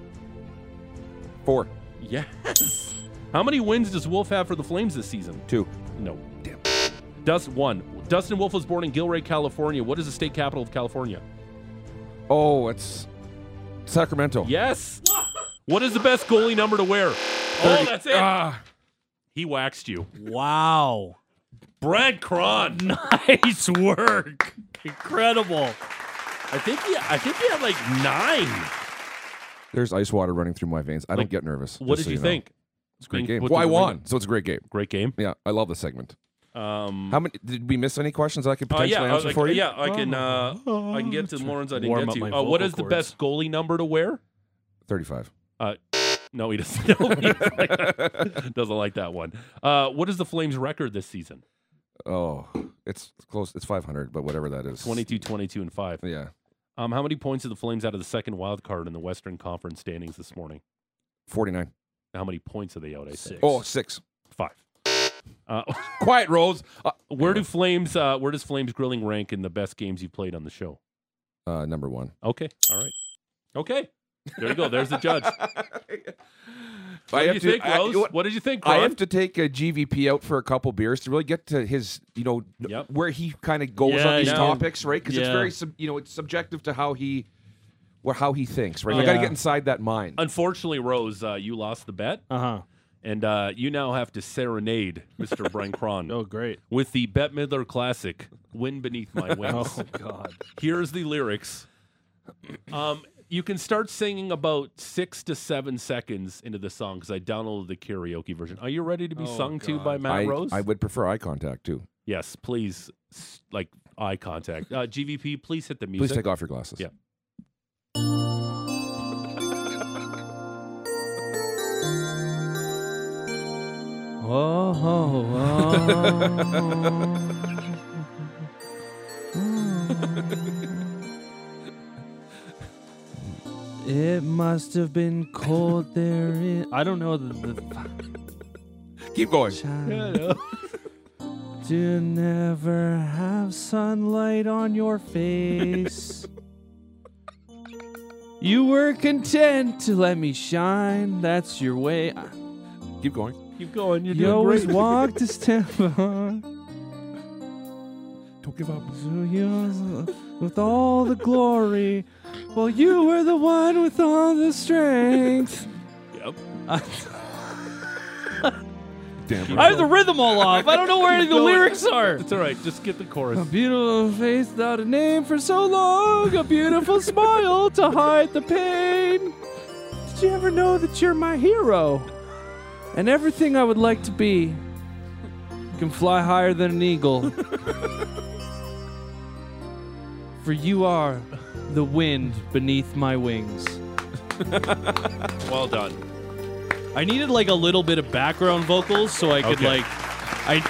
[SPEAKER 4] Four.
[SPEAKER 2] Yes. How many wins does Wolf have for the Flames this season?
[SPEAKER 4] Two.
[SPEAKER 2] No. Damn. Dust one. Dustin Wolf was born in Gilroy, California. What is the state capital of California?
[SPEAKER 4] Oh, it's Sacramento.
[SPEAKER 2] Yes. What is the best goalie number to wear? Oh, that's it. He waxed you.
[SPEAKER 3] Wow,
[SPEAKER 2] Brad [LAUGHS] Cron.
[SPEAKER 3] nice work, incredible.
[SPEAKER 2] I think he, I think he had like nine.
[SPEAKER 4] There's ice water running through my veins. I don't get nervous.
[SPEAKER 2] What did
[SPEAKER 4] just so
[SPEAKER 2] you
[SPEAKER 4] know.
[SPEAKER 2] think?
[SPEAKER 4] It's a
[SPEAKER 2] Being
[SPEAKER 4] great game.
[SPEAKER 2] put
[SPEAKER 4] Well, I
[SPEAKER 2] through the
[SPEAKER 4] won,
[SPEAKER 2] ringer.
[SPEAKER 4] so it's a great game.
[SPEAKER 2] Great game.
[SPEAKER 4] Yeah, I love this segment.
[SPEAKER 2] Um,
[SPEAKER 4] How many did we miss any questions I could
[SPEAKER 2] oh
[SPEAKER 4] potentially
[SPEAKER 2] yeah, I, was
[SPEAKER 4] answer
[SPEAKER 2] like,
[SPEAKER 4] for you?
[SPEAKER 2] yeah, I can uh, I can get to the ones I didn't
[SPEAKER 3] Warm
[SPEAKER 2] get
[SPEAKER 3] up
[SPEAKER 2] to.
[SPEAKER 3] my
[SPEAKER 2] Uh, what
[SPEAKER 3] vocal
[SPEAKER 2] is the
[SPEAKER 3] cords.
[SPEAKER 2] best goalie number to wear? [LAUGHS]
[SPEAKER 4] Thirty-five.
[SPEAKER 2] Uh, no, he doesn't. [LAUGHS] No, he doesn't like that. [LAUGHS] Doesn't like that one. Uh, what is the Flames' record this season?
[SPEAKER 4] Oh, it's close. It's five hundred, but whatever that is.
[SPEAKER 2] 22, 22, and five.
[SPEAKER 4] Yeah,
[SPEAKER 2] Um, how many points are the Flames out of the second wild card in the Western Conference standings this morning?
[SPEAKER 4] forty-nine.
[SPEAKER 2] How many points are they out? I say
[SPEAKER 3] Six.
[SPEAKER 4] Oh, six.
[SPEAKER 2] five. Uh, [LAUGHS]
[SPEAKER 4] Quiet, Rose. Uh,
[SPEAKER 2] where do Flames? Uh, where does Flames grilling rank in the best games you played on the show?
[SPEAKER 4] uh, number one.
[SPEAKER 2] Okay. All right. Okay. There you go. There's the
[SPEAKER 4] [LAUGHS]
[SPEAKER 2] judge. What
[SPEAKER 4] I
[SPEAKER 2] did
[SPEAKER 4] have
[SPEAKER 2] you
[SPEAKER 4] to-
[SPEAKER 2] think,
[SPEAKER 4] I-
[SPEAKER 2] Rose?
[SPEAKER 4] you know what?
[SPEAKER 2] What did you think,
[SPEAKER 4] I
[SPEAKER 2] Ron?
[SPEAKER 4] have to take a GVP out for a couple beers to really get to his, you know, n-
[SPEAKER 2] Yep.
[SPEAKER 4] where he kind of goes
[SPEAKER 3] Yeah,
[SPEAKER 4] on these
[SPEAKER 3] yeah.
[SPEAKER 4] topics, right? Because it's
[SPEAKER 3] Yeah.
[SPEAKER 4] very, sub, you know, it's subjective to how he, well, how he thinks,
[SPEAKER 2] Oh,
[SPEAKER 4] right? You
[SPEAKER 3] Yeah.
[SPEAKER 4] got to get inside that
[SPEAKER 2] Uh,
[SPEAKER 4] mind.
[SPEAKER 2] Unfortunately, Rose, uh, you lost the bet,
[SPEAKER 3] Uh huh.
[SPEAKER 2] and uh, you now have to serenade Mr. Brian
[SPEAKER 4] [LAUGHS]
[SPEAKER 2] Cron
[SPEAKER 3] Oh, great.
[SPEAKER 2] with the Bette Midler classic, Wind Beneath [LAUGHS] My Wings.
[SPEAKER 3] Oh God.
[SPEAKER 2] Here's the lyrics. Um, you can start singing about six to seven seconds into the song because I downloaded the karaoke version. Are you ready to be sung to by Matt
[SPEAKER 4] I,
[SPEAKER 2] Rose?
[SPEAKER 4] I would prefer eye contact too.
[SPEAKER 2] yes, please, s- like eye contact. Uh, GVP, please hit the music.
[SPEAKER 4] Please take off your glasses.
[SPEAKER 2] Yeah.
[SPEAKER 3] Oh, Whoa. oh. [LAUGHS] It must have been cold there. In, I don't know the, the
[SPEAKER 4] Keep going.
[SPEAKER 3] [LAUGHS] child. to never have sunlight on your face. you were content to let me shine. That's your way.
[SPEAKER 4] Keep going.
[SPEAKER 2] Keep going. You're
[SPEAKER 3] You
[SPEAKER 2] doing
[SPEAKER 3] always
[SPEAKER 2] great.
[SPEAKER 3] walked a step on.
[SPEAKER 4] Don't give up.
[SPEAKER 3] So you with all the glory, well, you were the one with all the strength.
[SPEAKER 2] Yep.
[SPEAKER 4] Damn
[SPEAKER 3] I
[SPEAKER 4] right.
[SPEAKER 3] have the rhythm all off. I don't know where the lyrics are.
[SPEAKER 2] It's all right. Just get the chorus.
[SPEAKER 3] A beautiful face without a name for so long. A beautiful smile to hide the pain. Did you ever know that you're my hero? And everything I would like to be. You can fly higher than an eagle. for you are the wind beneath my wings.
[SPEAKER 2] Well done.
[SPEAKER 3] I needed like a little bit of background vocals so I could
[SPEAKER 2] Okay.
[SPEAKER 3] like I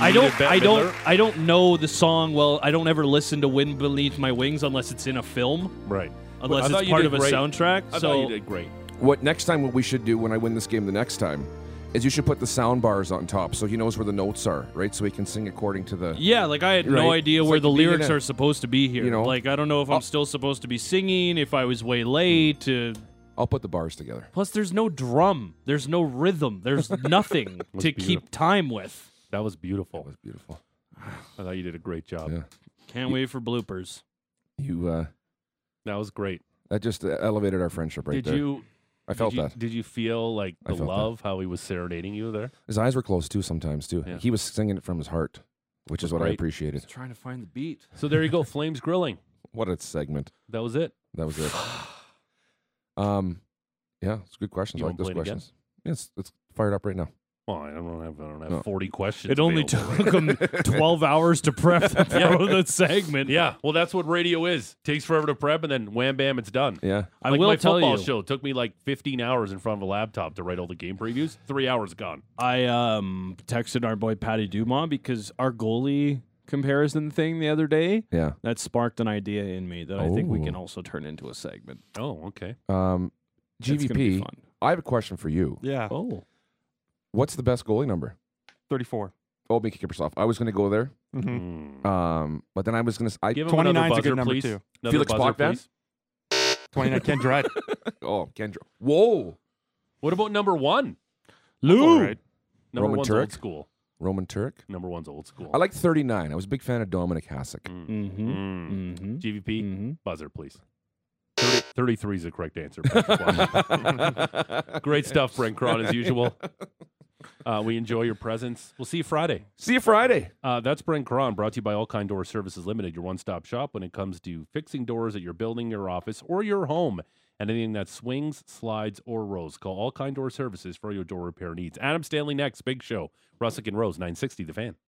[SPEAKER 3] I
[SPEAKER 2] Needed
[SPEAKER 3] don't
[SPEAKER 2] Bette
[SPEAKER 3] I don't
[SPEAKER 2] Midler?
[SPEAKER 3] I don't know the song well. I don't ever listen to Wind Beneath My Wings unless it's in a film,
[SPEAKER 2] Right. I
[SPEAKER 3] unless
[SPEAKER 2] thought
[SPEAKER 3] it's
[SPEAKER 2] you
[SPEAKER 3] part
[SPEAKER 2] did
[SPEAKER 3] of a
[SPEAKER 2] great.
[SPEAKER 3] soundtrack.
[SPEAKER 2] I
[SPEAKER 3] so
[SPEAKER 2] thought you did great.
[SPEAKER 4] What next time? What we should do when I win this game the next time is you should put the sound bars on top so he knows where the notes are, right? So he can sing according to the.
[SPEAKER 3] yeah, like I had no
[SPEAKER 4] Right.
[SPEAKER 3] idea
[SPEAKER 4] It's
[SPEAKER 3] where
[SPEAKER 4] like
[SPEAKER 3] the
[SPEAKER 4] being in
[SPEAKER 3] lyrics
[SPEAKER 4] a-
[SPEAKER 3] are supposed to be here.
[SPEAKER 4] you know.
[SPEAKER 3] like I don't know if
[SPEAKER 2] Oh.
[SPEAKER 3] I'm still supposed to be singing, if I was way late. Uh,
[SPEAKER 4] I'll put the bars together.
[SPEAKER 3] plus, there's no drum, there's no
[SPEAKER 2] [LAUGHS]
[SPEAKER 3] rhythm, there's nothing to
[SPEAKER 2] beautiful.
[SPEAKER 3] keep time with.
[SPEAKER 2] That was beautiful.
[SPEAKER 4] That's beautiful.
[SPEAKER 2] I thought you did a great job.
[SPEAKER 4] Yeah.
[SPEAKER 3] Can't wait for bloopers.
[SPEAKER 4] You uh,
[SPEAKER 2] That was great.
[SPEAKER 4] that just uh, elevated our friendship right
[SPEAKER 2] did
[SPEAKER 4] there.
[SPEAKER 2] you?
[SPEAKER 4] I felt
[SPEAKER 2] did you,
[SPEAKER 4] that.
[SPEAKER 2] Did you feel like
[SPEAKER 4] I
[SPEAKER 2] the
[SPEAKER 4] felt that.
[SPEAKER 2] love? How he was serenading you there?
[SPEAKER 4] His eyes were closed too sometimes too.
[SPEAKER 2] Yeah.
[SPEAKER 4] He was singing it from his heart, which is what I
[SPEAKER 2] great.
[SPEAKER 4] appreciated.
[SPEAKER 3] Trying to find the beat.
[SPEAKER 2] So there you
[SPEAKER 4] [LAUGHS]
[SPEAKER 2] go. Flames grilling.
[SPEAKER 4] What a segment.
[SPEAKER 2] That was it. [SIGHS]
[SPEAKER 4] That was it. um, yeah, it's good questions.
[SPEAKER 2] You
[SPEAKER 4] I like
[SPEAKER 2] wanna
[SPEAKER 4] those
[SPEAKER 2] play it again?
[SPEAKER 4] questions. Yes, it's fired up right now.
[SPEAKER 2] Well, I don't have. I don't have
[SPEAKER 4] No.
[SPEAKER 2] forty questions.
[SPEAKER 3] It only
[SPEAKER 2] available.
[SPEAKER 3] took them 12 hours to prep [LAUGHS] the, the
[SPEAKER 2] [LAUGHS]
[SPEAKER 3] segment.
[SPEAKER 2] Yeah. Well, that's what radio is. Takes forever to prep, and then wham bam, it's done.
[SPEAKER 4] Yeah,
[SPEAKER 3] I
[SPEAKER 2] like
[SPEAKER 3] will
[SPEAKER 2] my
[SPEAKER 3] tell
[SPEAKER 2] football
[SPEAKER 3] you,
[SPEAKER 2] show took me like 15 hours in front of a laptop to write all the game previews. Three hours gone.
[SPEAKER 3] I um, texted our boy Patty Dumas because our goalie comparison thing the other day
[SPEAKER 4] yeah.
[SPEAKER 3] that sparked an idea in me that I think we
[SPEAKER 4] Oh.
[SPEAKER 3] can also turn into a segment.
[SPEAKER 2] Oh,
[SPEAKER 4] [LAUGHS]
[SPEAKER 2] okay.
[SPEAKER 4] Um,
[SPEAKER 3] That's gonna be
[SPEAKER 4] GVP.
[SPEAKER 3] fun.
[SPEAKER 4] I have a question for you.
[SPEAKER 5] Yeah,
[SPEAKER 3] Oh,
[SPEAKER 4] What's the best goalie number?
[SPEAKER 5] thirty-four.
[SPEAKER 4] Oh, Mickey Kippersoff. I was going to go there,
[SPEAKER 2] Mm.
[SPEAKER 5] Mm-hmm.
[SPEAKER 4] um, but then I was going to. I
[SPEAKER 2] Give him another
[SPEAKER 5] 29 's a
[SPEAKER 2] buzzer,
[SPEAKER 5] good number,
[SPEAKER 2] please.
[SPEAKER 5] too.
[SPEAKER 2] Another
[SPEAKER 4] Felix
[SPEAKER 2] buzzer,
[SPEAKER 4] Bogdan?
[SPEAKER 2] please.
[SPEAKER 5] Twenty-nine. Ken Dryden.
[SPEAKER 4] oh Kendra. Whoa,
[SPEAKER 2] What about number one?
[SPEAKER 5] All
[SPEAKER 3] Lou,
[SPEAKER 5] right.
[SPEAKER 2] Number
[SPEAKER 4] Roman
[SPEAKER 2] one's
[SPEAKER 4] Turek?
[SPEAKER 2] old school.
[SPEAKER 4] Roman Turk.
[SPEAKER 2] Number one's old school.
[SPEAKER 4] I like 39. I was a big fan of Dominic Hasek.
[SPEAKER 3] Mm-hmm.
[SPEAKER 2] Mm.
[SPEAKER 3] Mm-hmm.
[SPEAKER 2] GVP
[SPEAKER 3] Mm-hmm.
[SPEAKER 2] buzzer, please. 30, 33 is the correct answer. Patrick
[SPEAKER 4] [LAUGHS]
[SPEAKER 2] Waugh. Great stuff, Brent Cron, as usual. Uh, we enjoy your presence. We'll see you Friday.
[SPEAKER 4] See you Friday.
[SPEAKER 2] Uh, that's Brent Cron, brought to you by All Kind Door Services Limited, your one stop shop when it comes to fixing doors at your building, your office, or your home. Anything that swings, slides, or rolls. Call All Kind Door Services for your door repair needs. Adam Stanley next, Big Show, Russick and Rose, 960, The Fan.